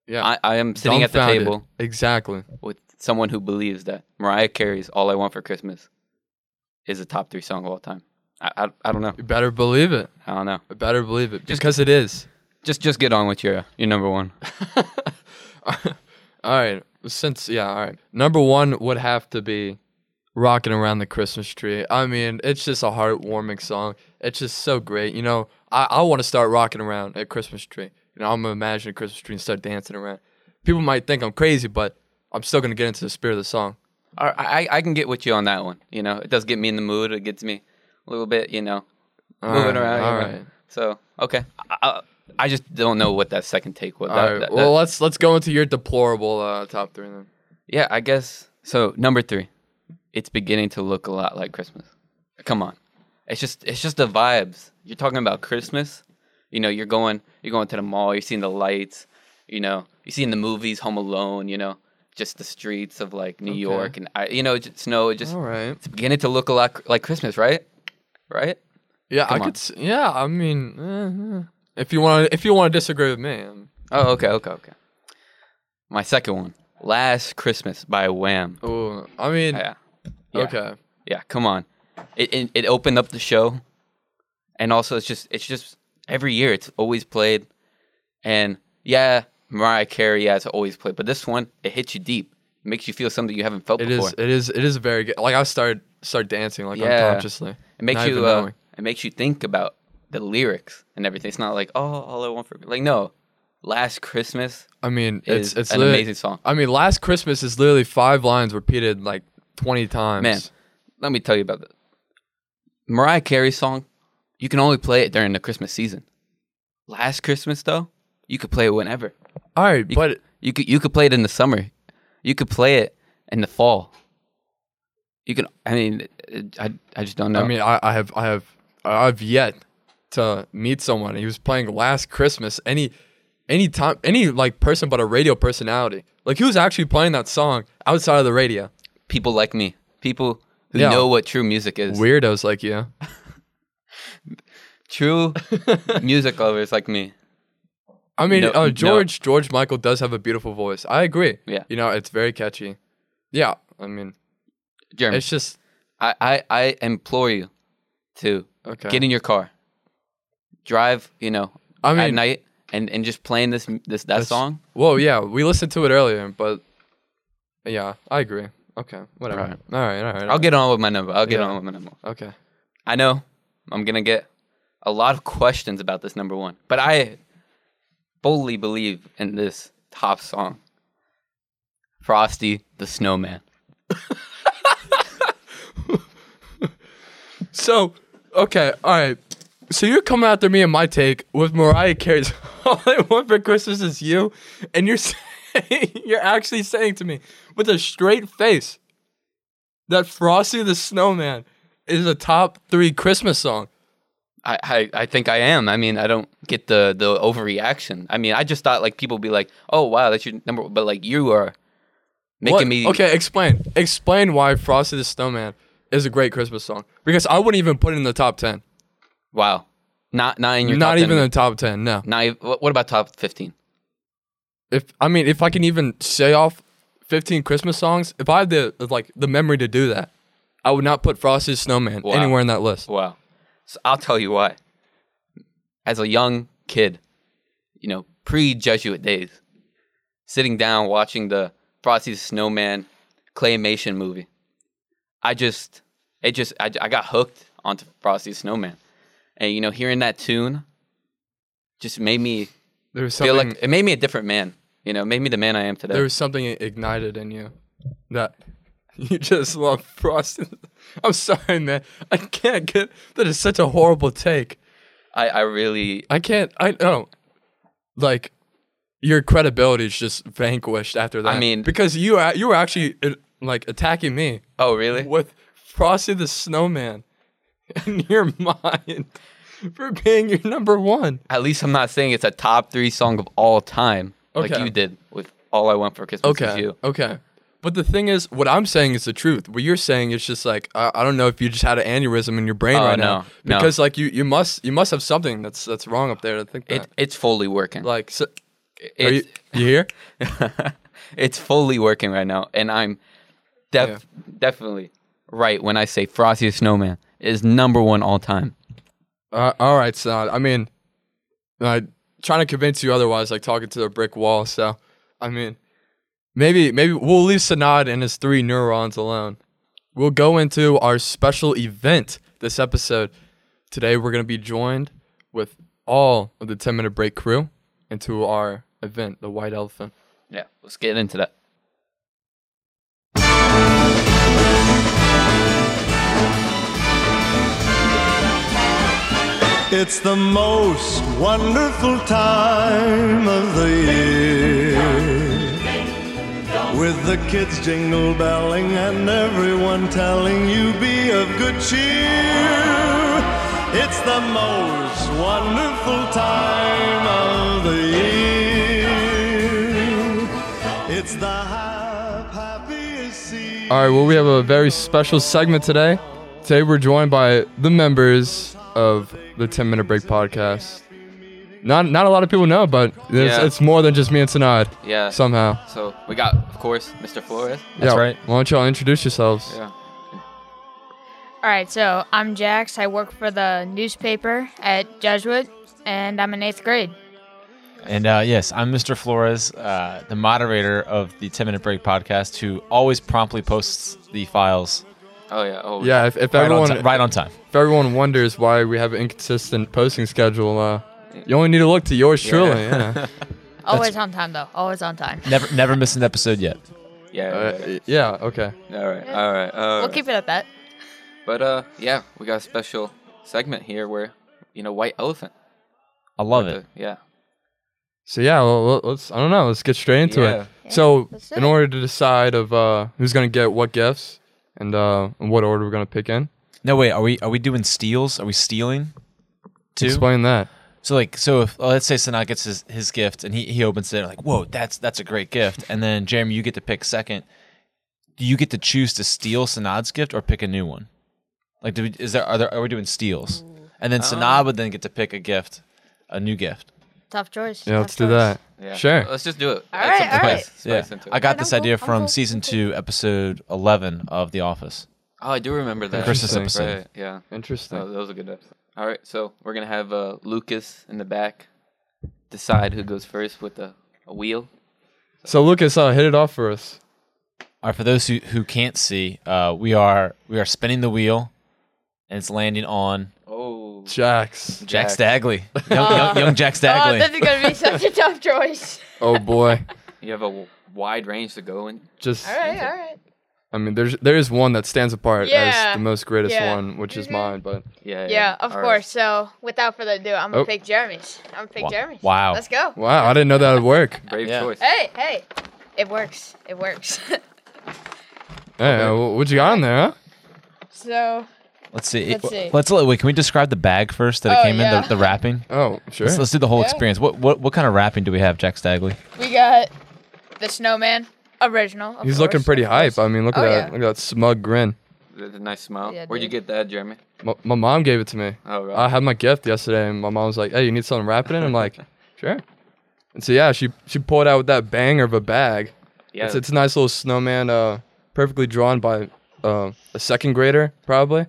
yeah. I, I am sitting at the Dumbfounded. table Exactly. with someone who believes that Mariah Carey's "All I Want for Christmas" is a top three song of all time. I, I, I don't know. You better believe it. I don't know. You better believe it because it is. Just just get on with your your number one. All right. Since yeah, all right. Number one would have to be "Rocking Around the Christmas Tree." I mean, it's just a heartwarming song. It's just so great. You know, I, I want to start rocking around a Christmas tree. You know, I'm gonna imagine a Christmas tree and start dancing around. People might think I'm crazy, but I'm still gonna get into the spirit of the song. All right, I I can get with you on that one. You know, it does get me in the mood. It gets me a little bit. You know, All moving right, around. you All know. right. So okay, I, I, I just don't know what that second take was. All That- right. that- well, that- let's let's go into your deplorable uh, top three then. yeah, I guess. So number three, it's beginning to look a lot like Christmas. Come on, it's just it's just the vibes. You're talking about Christmas. You know, you're going you're going to the mall. You're seeing the lights. You know, you're seeing the movies, Home Alone. You know, just the streets of like New York and I, you know, just snow. It just All right. it's beginning to look a lot cr- like Christmas, right? Right? Yeah, I Come could on. could. s- Yeah, I mean, eh, eh. if you want, if you want to disagree with me, um, Oh, okay, okay, okay. My second one, Last Christmas by Wham. oh, I mean, Yeah, yeah. okay. yeah. Come on, it, it it opened up the show, and also it's just it's just every year it's always played, and yeah, Mariah Carey yeah it's always played, but this one it hits you deep, it makes you feel something you haven't felt It before. is. It is. It is very good. Like I started start dancing like Yeah. unconsciously. It makes not you even uh, knowing. it makes you think about the lyrics and everything. It's not like oh all I want for like no, Last Christmas I mean, uh, is it's it's an literally- amazing song. I mean, Last Christmas is literally five lines repeated like twenty times. Man, let me tell you about this. Mariah Carey song, you can only play it during the Christmas season. Last Christmas though, you could play it whenever. all right, but You could you could play it in the summer. You could play it in the fall. You can. I mean, it- I I just don't know. I mean, I, I have I have I've yet to meet someone. He was playing Last Christmas. Any any time any like person but a radio personality. Like he was actually playing that song outside of the radio. people like me, people who Yeah. know what true music is, Weirdos like you. true music lovers like me. I mean, No- uh, no. George George Michael does have a beautiful voice. I agree. Yeah. you know, it's very catchy. Yeah, I mean, Jeremy, it's just I, I I implore you to okay. get in your car, drive. You know, I at mean, night and and just playing this this that that's- song. Whoa, yeah, we listened to it earlier, but yeah, I agree. Okay, whatever. All Alright. right, all right, all right. I'll get on with my number. I'll get Yeah. on with my number. okay. I know I'm gonna get a lot of questions about this number one, but I boldly believe in this top song, Frosty the Snowman. So, okay, all right. So you're coming after me and my take with Mariah Carey's "All I Want for Christmas Is You," and you're saying, you're actually saying to me with a straight face that Frosty the Snowman is a top three Christmas song. I, I, I think I am. I mean, I don't get the the overreaction. I mean, I just thought like people would be like, "Oh wow, that's your number," but like you are making What- me okay, explain explain why Frosty the Snowman is a great Christmas song because I wouldn't even put it in the top ten. wow, not not in your Not top even 10. in the top ten. No. not even, what what about top fifteen? if I mean if I can even say off 15 Christmas songs, if I had the like the memory to do that, I would not put Frosty the Snowman Wow. anywhere in that list. Wow. So I'll tell you why. As a young kid, you know, pre Jesuit days, sitting down watching the Frosty the Snowman claymation movie, I just, it just, I, I got hooked onto Frosty the Snowman. And, you know, hearing that tune just made me There was feel something like, it made me a different man. You know, it made me the man I am today. there was something ignited in you that you just love Frosty. I'm sorry, man. I can't get that is such a horrible take. I, I really, I can't. I know. Like, your credibility is just vanquished after that. mean- because you a- you were actually uh, like attacking me oh, really? with Frosty the Snowman in your mind for being your number one. At least I'm not saying it's a top three song of all time, like Okay. you did with "All I Want for Christmas Is Okay. You." Okay. But the thing is, what I'm saying is the truth. What you're saying is just like I, I don't know if you just had an aneurysm in your brain Oh, right no, now no. because like you, you must you must have something that's that's wrong up there. I think that It, it's fully working. like so, are you, it's, you here? it's fully working right now, and I'm def- definitely right when I say Frosty the Snowman is number one all time. Uh, all right, son. I mean, I trying to convince you otherwise, like talking to a brick wall. So, I mean, maybe maybe we'll leave Sanad and his three neurons alone. We'll go into our special event this episode. Today, we're gonna be joined with all of the ten minute break crew into our event, the White Elephant. Yeah, let's get into that. It's the most wonderful time of the year. With the kids jingle belling and everyone telling you be of good cheer. It's the most wonderful time of the year. It's the hap- happiest season. All right, well, we have a very special segment today. Today, we're joined by the members of the 10 Minute Break podcast. Not not a lot of people know, but it's, Yeah. it's more than just me and Sanad. Yeah. Somehow. So we got, of course, Mr. Flores. yeah. right. Why don't y'all introduce yourselves? Yeah. All right, so I'm Jax. I work for the newspaper at Jesuit, and I'm in eighth grade. And uh, yes, I'm Mr. Flores, uh, the moderator of the 10 Minute Break podcast, who always promptly posts the files Oh yeah. Oh Yeah, if, if right, everyone on, ti- right on time. if everyone wonders why we have an inconsistent posting schedule, uh, you only need to look to yours truly. Yeah. Always on time though. Always on time. Never never missed an episode yet. Yeah. Uh, y- yeah. Okay. all right. All right. All We'll right. keep it at that. But uh, yeah, we got a special segment here where you know white elephant. I love The- it. yeah. So yeah, well, well, let's. I don't know. Let's get straight into Yeah. it. so let's do in it. order to decide of uh, who's gonna get what gifts and uh, in what order we're gonna pick in, No wait, are we are we doing steals? Are we stealing? Too. explain that. So like so if let's say Sanat gets his, his gift and he, he opens it like whoa that's that's a great gift and then Jeremy you get to pick second. Do you get to choose to steal Sanad's gift or pick a new one? Like do we, is there are there are we doing steals? And Um, then Sanad would then get to pick a gift, a new gift. Tough choice. Yeah, tough let's do choice. that. Yeah. Uh, Sure. Let's just do it. All Add right, some all spice- right. Yeah. spice into it. I got this idea from season two, episode eleven of The Office. Oh, I do remember that. Christmas Interesting. episode. Right, yeah. Interesting. Oh, that was a good episode. All right, so we're gonna have uh, Lucas in the back decide who goes first with a, a wheel. so Lucas, uh, hit it off for us. All right, for those who, who can't see, uh, we are we are spinning the wheel, and it's landing on Oh, Jax. Jack. Jack Stagley, young, young, young Jack Oh, this Stagley. is gonna be such a tough choice. Oh boy. you have a w- wide range to go in. Just. All right, all right. I mean, there's there is one that stands apart Yeah. as the most greatest Yeah. Mm-hmm. one, which is mine. But Yeah. Yeah, of All right. course. So without further ado, I'm gonna Oh. pick Jeremy's. I'm gonna pick Wa- Jeremy's. wow. Let's go. wow, I didn't know that would work. Brave Yeah. choice. Hey, hey. It works. It works. Hey, uh, wh- what you got on there? Huh? so Let's see. Let's see. Let's let- wait. Can we describe the bag first that Oh, it came in? yeah. The, the wrapping. Oh, sure. Let's, let's do the whole Yeah. experience. What what what kind of wrapping do we have, Jack Stagley? we got the snowman original. of He's course, looking pretty of course. hype. I mean, look at Oh, that. yeah. Look at that smug grin. The, the nice smile. Yeah, Where'd you dude. get that, Jeremy? My, my mom gave it to me. Oh, really? I Uh, had my gift yesterday, and my mom was like, "Hey, you need something wrapped in?" I'm like, "Sure." And so yeah, she she pulled out with that banger of a bag. Yeah. It's it's a nice little snowman, uh, perfectly drawn by uh, a second grader probably,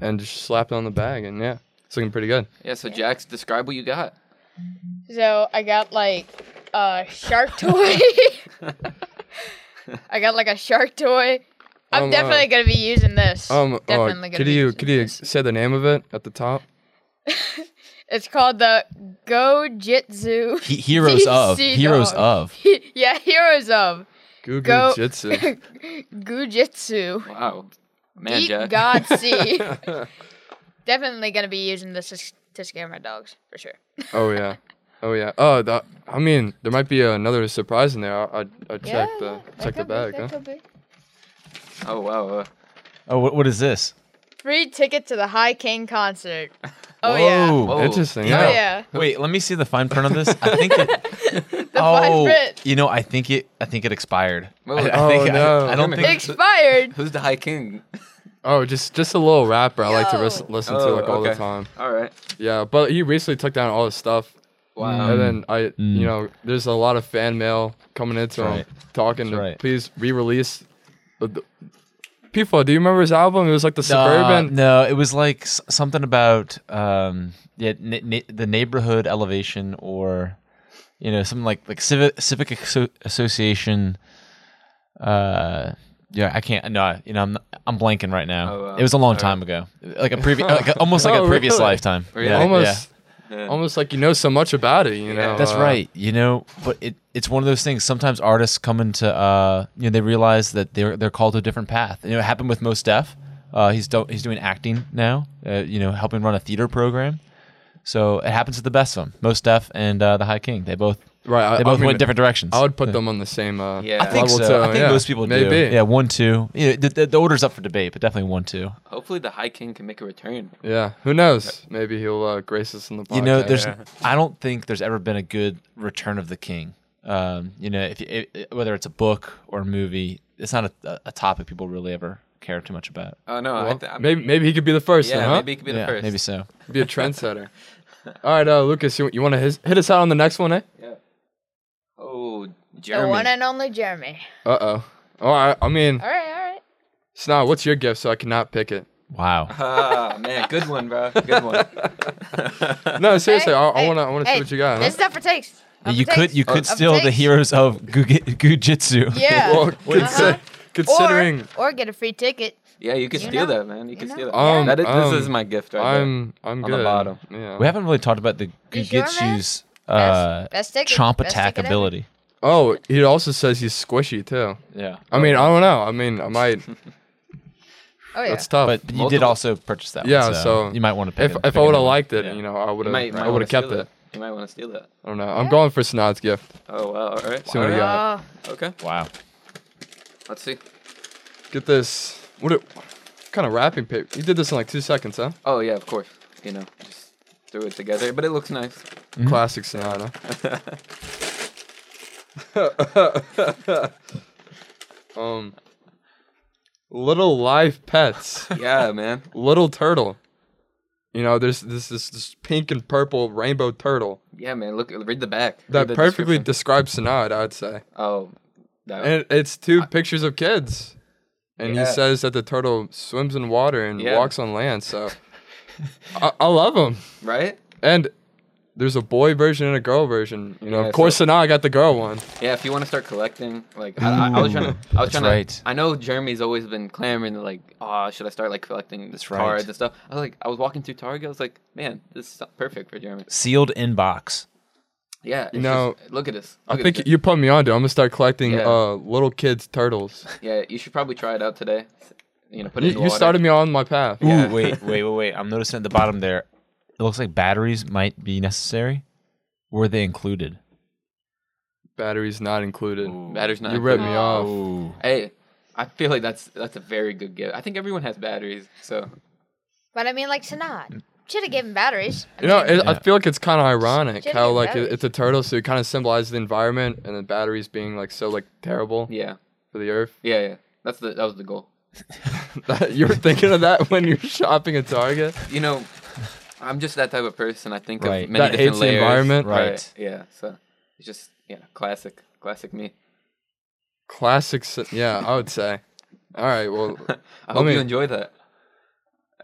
and just slapped it on the bag, and yeah, it's looking pretty good. yeah. So Jax, describe what you got. So I got like a shark toy. I got like a shark toy. I'm Um, uh, definitely gonna be using this. Um, oh, definitely gonna could be you using could you this. say the name of it at the top? It's called the Go Jitsu. He, heroes of Sea heroes dog. of. yeah, um, heroes of Goo Go Goo Jitsu. Gujitsu. Wow. Man, Eat Jack. God see. Definitely gonna be using this to, s- to scare my dogs for sure. Oh yeah, oh yeah. Oh, the, I mean, there might be another surprise in there. I I, I check the check the bag. huh? Oh wow. Uh, Oh, what, what is this? Free ticket to the High King concert. Oh yeah. Whoa. Oh, Interesting. yeah. Oh Yeah. yeah. Wait, let me see the fine print on this. I think it. fine oh, print. you know, I think it. I think it expired. Well, I, I Oh, think, no. I, I don't Damn it. think. Expired. who's the high king? Oh, just just a little rapper. I like to ris- Yo. listen to Oh, like all the okay. time. All right. Yeah, but he recently took down all his stuff, Wow. and then I, you know, there's a lot of fan mail coming into him, Mm. right. talking That's to right. please re-release. The, the, People, do you remember his album? It was like the Uh, suburban. no, it was like s- something about um, yeah, n- n- the neighborhood elevation, or you know, something like like civic civic asso- association. Uh, yeah, I can't. No, you know, I'm I'm blanking right now. Oh, wow. It was a long time ago, like a previous, like a- almost like Oh, a previous really? lifetime. Really? Yeah, yeah. almost, Yeah. almost like you know so much about it. You know, That's uh, right. You know, but it, it's one of those things. Sometimes artists come into uh, you know they realize that they're they're called to a different path. You know, it happened with Most Def. Uh, he's do- he's doing acting now. Uh, you know, helping run a theater program. So it happens to the best of them. Most Def and uh, the High King. They both Right, I- They I both mean, went different directions. I would put them on the same. Uh, Yeah. I think so. level I two, think yeah. most people do. Maybe. Yeah, one, two. Yeah, the, the, the order's up for debate, but definitely one, two. Hopefully, the high king can make a return. yeah. Who knows? Maybe he'll uh, grace us in the podcast. you know there's i don't think there's ever been a good return of the king um, you know if it, it- whether it's a book or a movie it's not a, a topic people really ever care too much about Oh no. I Well, th- I- maybe maybe he could be the first. Yeah. then, huh? Maybe it could be the yeah, first. maybe so Be a trendsetter. All right, uh, Lucas, you, you want to his, hit us out on the next one, eh? Oh, The Jeremy. one and only Jeremy. Uh oh. All right. I mean, All right, all right. Snow, what's your gift so I cannot pick it? Uh-huh. wow ah man, good one, bro. Good one. No, seriously, I, I Hey, wanna I wanna hey, see what you got. It's Huh? stuff for takes. Up you for could takes. you could Up for steal the takes. heroes of Gugi- gujitsu Yeah. Well, consi- Uh-huh. considering Or, or get a free ticket. Yeah, you can You steal know- that, man. You, can know? steal that. Um, that is, um, this is my gift right I'm I'm On good. the bottom. Yeah. we haven't really talked about the You sure, man? gujitsu's uh, best ticket- chomp best attack ticket ever. ability. Oh, he also says he's squishy too. Yeah, I mean, I don't know. I mean, I might. Oh yeah. That's tough. but you did Multiple- also purchase that. Yeah, one, so, so you might want to if pick. it- if pick I would another have one. liked it, Yeah. you know, I would have. might- might I wanna would have kept steal it. You might want to steal that. I don't know. I'm going for Snod's gift. Oh wow! All right. See what we got. oh, Okay. Wow. Let's see. Get this. What, a- what kind of wrapping paper? You did this in like two seconds, huh? Oh yeah, of course. You know, just threw it together, but it looks nice. Classic Snod. Huh? um, little live pets. Yeah, man. little turtle. You know, there's this this, this pink and purple rainbow turtle Yeah, man. Look, read the back. Read that the perfectly description. describes Sanad, I would say. oh, that And it- it's two pictures of kids. And Yeah. he says that the turtle swims in water and Yeah. walks on land. So I, I love him. right? And there's a boy version and a girl version. You know, Yeah, of course, so- Sanaa got the girl one. Yeah, if you want to start collecting, like I, I, I was trying Mm. to, I was That's trying right. to. I know Jeremy's always been clamoring to like, oh, should I start like collecting That's right. cards and stuff? I was like, I was walking through Target, I was like, man, this is perfect for Jeremy. Sealed inbox. Yeah, it's You know, just- look at this. I Look at think this. you put me on to. it. I'm gonna start collecting Yeah. uh, little kids turtles. yeah, you should probably try it out today. You know, put it. You, in you water. started me on my path. Ooh, wait, wait, wait, wait. I'm noticing at the bottom there, it looks like batteries might be necessary. Were they included? Batteries not included. Batteries not. You ripped me included. off. Hey, I feel like that's that's a very good gift. I think everyone has batteries, so but I mean, like Sanad should have given batteries. I You know, mean, it, I feel like it's kind of ironic Shouldn't how it like matter? it, it's a turtle, so it kind of symbolizes the environment, and the batteries being like so like terrible yeah, for the earth. yeah, yeah. That's the that was the goal. you were thinking of that when you're shopping at Target. You know, I'm just that type of person. I think Right. of many That different hates the layers. environment. Right. Yeah. So it's just yeah, classic, classic me. Classic. s- Yeah, I would say. All right. Well, I hope mean- you enjoy that.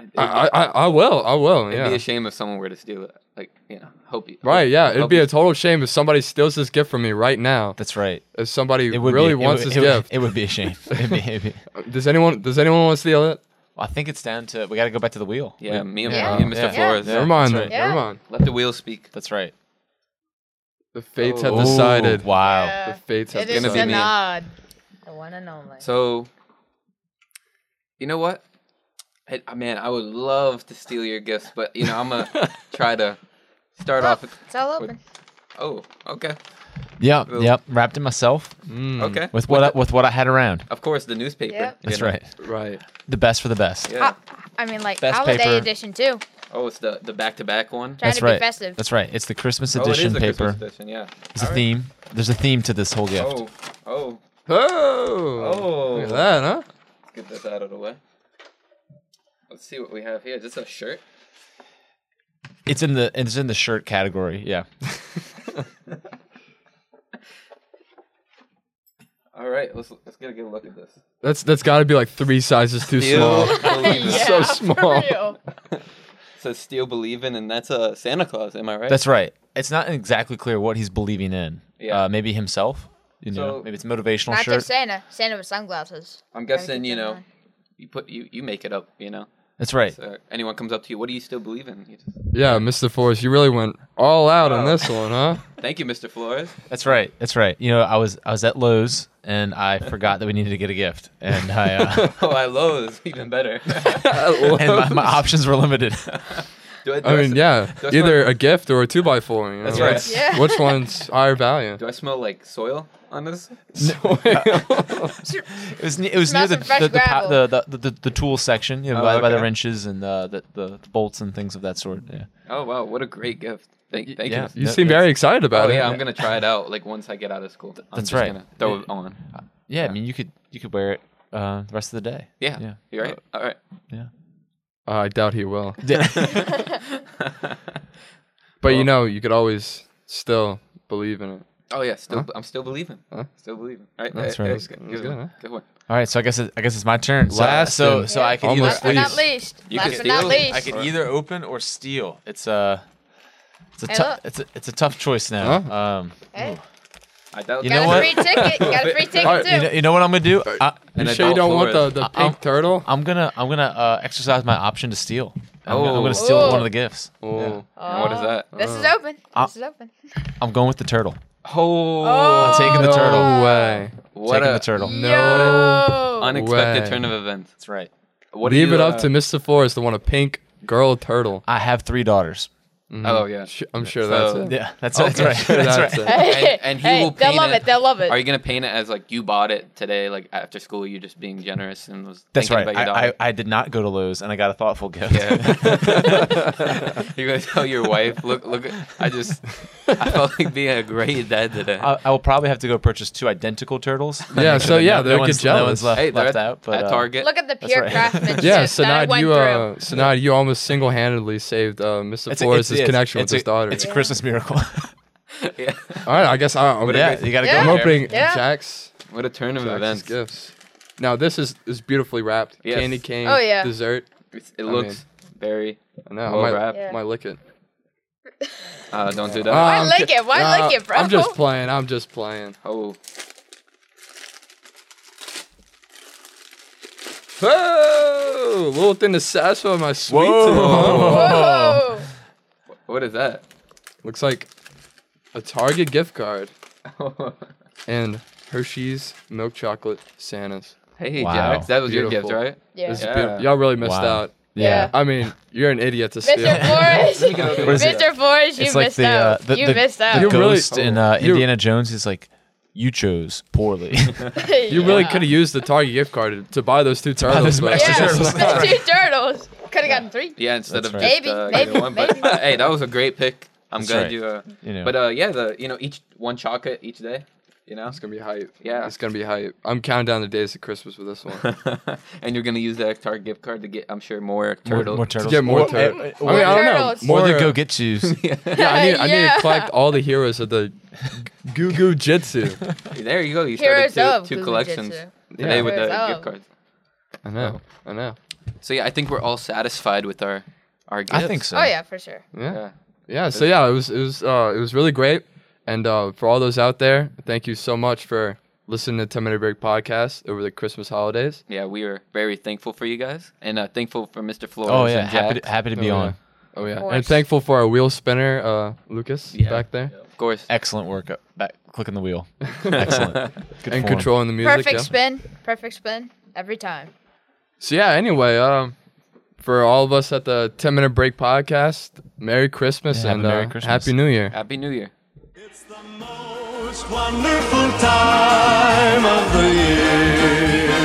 It'd, I, I I- I will. I will. it'd be Yeah. a shame if someone were to steal it. Like you know, hope you. Right. hope- Yeah. It'd hope be you- a total shame if somebody steals this gift from me right now. That's right. If somebody It would really be, wants it would, this it would- gift, It would be a shame. It'd be- it'd be- does anyone does anyone want to steal it? I think it's down to we got to go back to the wheel. yeah, me and, Yeah. me and Mr. Yeah. Flores. Never mind. that's then, right. Never Yeah. mind. Let the wheels speak. That's right. The fates have Oh. decided. Wow. The Yeah. fates have It is gonna be decided. me. Sanad, the one and only. So, you know what? Hey, uh, man, I would love to steal your gifts, but you know I'm gonna try to Oh. start off. With, it's all open. oh, okay, Yep. Yep. Wrapped it myself Mm, okay. with what I, with what I had around. Of course, the newspaper. Yep. you That's know. right. Right. The best for the best. Yeah. I mean, like Best holiday paper. edition too. Oh, it's the the back to back one. Trying That's to right. be festive. That's right. It's the Christmas oh, it edition is the paper. Christmas edition. Yeah. There's a Alright. theme. There's a theme to this whole gift. Oh, oh. Oh. Oh. Look at that, huh? Let's get this out of the way. Let's see what we have here. Is this a shirt? It's in the it's in the shirt category. Yeah. All right, let's let's get a good look at this. That's that's got to be like three sizes too small. Believe it. It's so small. For real. says "Still Believing," and that's a Santa Claus. Am I right? That's right. It's not exactly clear what he's believing in. Yeah. Uh, maybe himself. You know, So- maybe it's a motivational Not shirt. just Santa. Santa with sunglasses. I'm Gotta guessing keep you that in know mind. you put you you make it up. You know, That's right. so anyone comes up to you, what do you still believe in? You just, Yeah, Mr. Forrest, you really went all out on this one, huh? Thank you, Mr. Flores. That's right. That's right. You know, I was I was at Lowe's and I forgot that we needed to get a gift, and I uh, Oh, I loathe even better. and my, my options were limited. do I, do I mean, s- yeah, that's either a gift or a two by four. You know? That's What's- right. Yeah. Which one's higher value? Do I smell like soil on this? It was ne- it was near Smells the of fresh the, the, pa- gravel. the, the, the, the tool section, you know, by, by the okay. wrenches and uh, the, the the bolts and things of that sort. Yeah. Oh wow, what a great gift! Thank thank yeah. you. You No, seem very excited about Oh it. yeah, I'm gonna try it out. Like once I get out of school, I'm That's just right. Gonna throw it on. Yeah. I mean, you could you could wear it uh, the rest of the day. Yeah. Yeah. Oh. You're right. All right. Yeah. Uh, I doubt he will. But Well- you know, you could always still believe in it. Oh yeah. Still, Huh? I'm still believing. Huh? Still believing. All right. That's all right. all That Good, was good good, one. huh? Good one. All right. So I guess it, I guess it's my turn. So Last so and so I can either, almost Last but not least. least. You Last could but not steal it. least. I could either open or steal. It's a it's a Hey, tough look. it's a, it's a tough choice now. Huh? Um, Hey, I doubt. You got know a what? free ticket. Got a free ticket Alright, too. you know, you know what I'm gonna do? I, You An sure you adult don't want the, Flores. the I- I'm- pink turtle? I'm gonna I'm gonna uh, exercise my option to steal. I'm, gonna- I'm Oh. gonna steal Oh. one of the gifts. Oh. And what is that? This is open. Uh, this is open. I'm going with the turtle. Oh, Oh. taking the No turtle. way. What taking a the turtle. Yo. unexpected Way. turn of events. That's right. What do Leave you, it uh, up to Mr. Forrest to want a pink girl turtle. I have three daughters. Oh yeah. Sh- I'm sure So- that's it. Yeah, that's, that's Okay, right. sure that's that's right. it. Hey, and he hey, will they'll paint love it. it. They'll love it. Are you gonna paint it as like you bought it today, like after school? You're just being generous and was That's thinking right. about your I, I, daughter. I did not go to Lowe's, and I got a thoughtful gift. yeah. You're gonna tell your wife, look, look. I just, I felt like being a great dad today. I, I will probably have to go purchase two identical turtles. Yeah, so yeah, no, they'll no get one's, jealous. No one's left, hey, they're left at, out. But at uh, Target. Look at the pure right. craftsmanship Yeah, that I Sanad, went you through. uh, Sanad, you almost single-handedly saved uh, Mr. a- Forrest's a- connection it's with a, his daughter. It's a Christmas miracle. yeah. All right, I guess I, I'm, but yeah, you gotta Yeah. I'm go. opening Yeah. Jack's, What a turn of Jack's events. gifts. Now this is is beautifully wrapped. Yes. Candy cane. Oh, yeah. Dessert. It's, it I looks very. I know. Well I might, wrapped. Yeah. might lick it. Uh, don't do that. Ah, Why I'm lick it? Why Nah, lick it, bro? I'm just playing. I'm just playing. oh, Whoa! Little thing to satisfy my sweet. Whoa. Whoa. what is that? Looks like a Target gift card and Hershey's milk chocolate Santas. hey, Wow. Jax, that was your Beautiful. gift, right? Yeah. This is Yeah. beautiful. Y'all really missed Wow. out. Yeah. I mean, you're an idiot to steal. Mr. Forrest, What is it? Mr. Forrest, you It's like missed the, uh, out. the, you the, missed the out. You really- Oh, ghost in uh, you- Indiana Jones is like, you chose poorly. You really could have used the Target gift card to buy those two turtles. those but- extra Yeah, turtles. the two turtles. Could have gotten three. Yeah, instead of That's right. just Maybe, uh, maybe, either one. But maybe. uh, hey, that was a great pick. I'm That's glad right. you. Uh, you know. But uh, yeah, the you know each one chocolate each day. You know, It's gonna be hype. Yeah. It's gonna be hype. I'm counting down the days of Christmas with this one. and you're gonna use that Target gift card to get, I'm sure, more more, turtle. more turtles. Get more Or- eh, turtles. or- I mean, I don't know. Turtles. More More uh, than go get shoes. Yeah, I need, I need Yeah. to collect all the heroes of the Goo Goo Jitsu. There you go. You Heroes started of two, two Goo collections Jitsu. today with the Heroes of. gift cards. I know. I know. So yeah, I think we're all satisfied with our our gifts. I think so. Oh yeah, for sure. Yeah. Yeah. Yeah. So yeah, it was it was uh, it was really great. And uh, for all those out there, thank you so much for listening to 10 Minute Break podcast over the Christmas holidays. Yeah, we are very thankful for you guys, and uh, thankful for Mr. Flores. Oh yeah, and happy Jack. to, happy to be Oh, on. Yeah. Oh yeah. And course. thankful for our wheel spinner, uh, Lucas, Yeah. back there, of course. Excellent work. uh, Back clicking the wheel. Excellent. Good and form. controlling the music. Perfect yeah. spin. Perfect spin. Every time. So yeah, anyway, um, for all of us at the Ten Minute Break podcast, Merry Christmas Yeah, have a and Merry uh, Christmas. Happy New Year. Happy New Year. It's the most wonderful time of the year.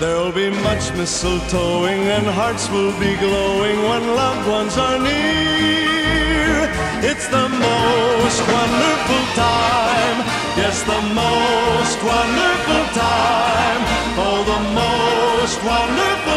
There'll be much mistletoeing and hearts will be glowing when loved ones are near. It's the most wonderful time. Yes, the most wonderful time. Oh, the most wonderful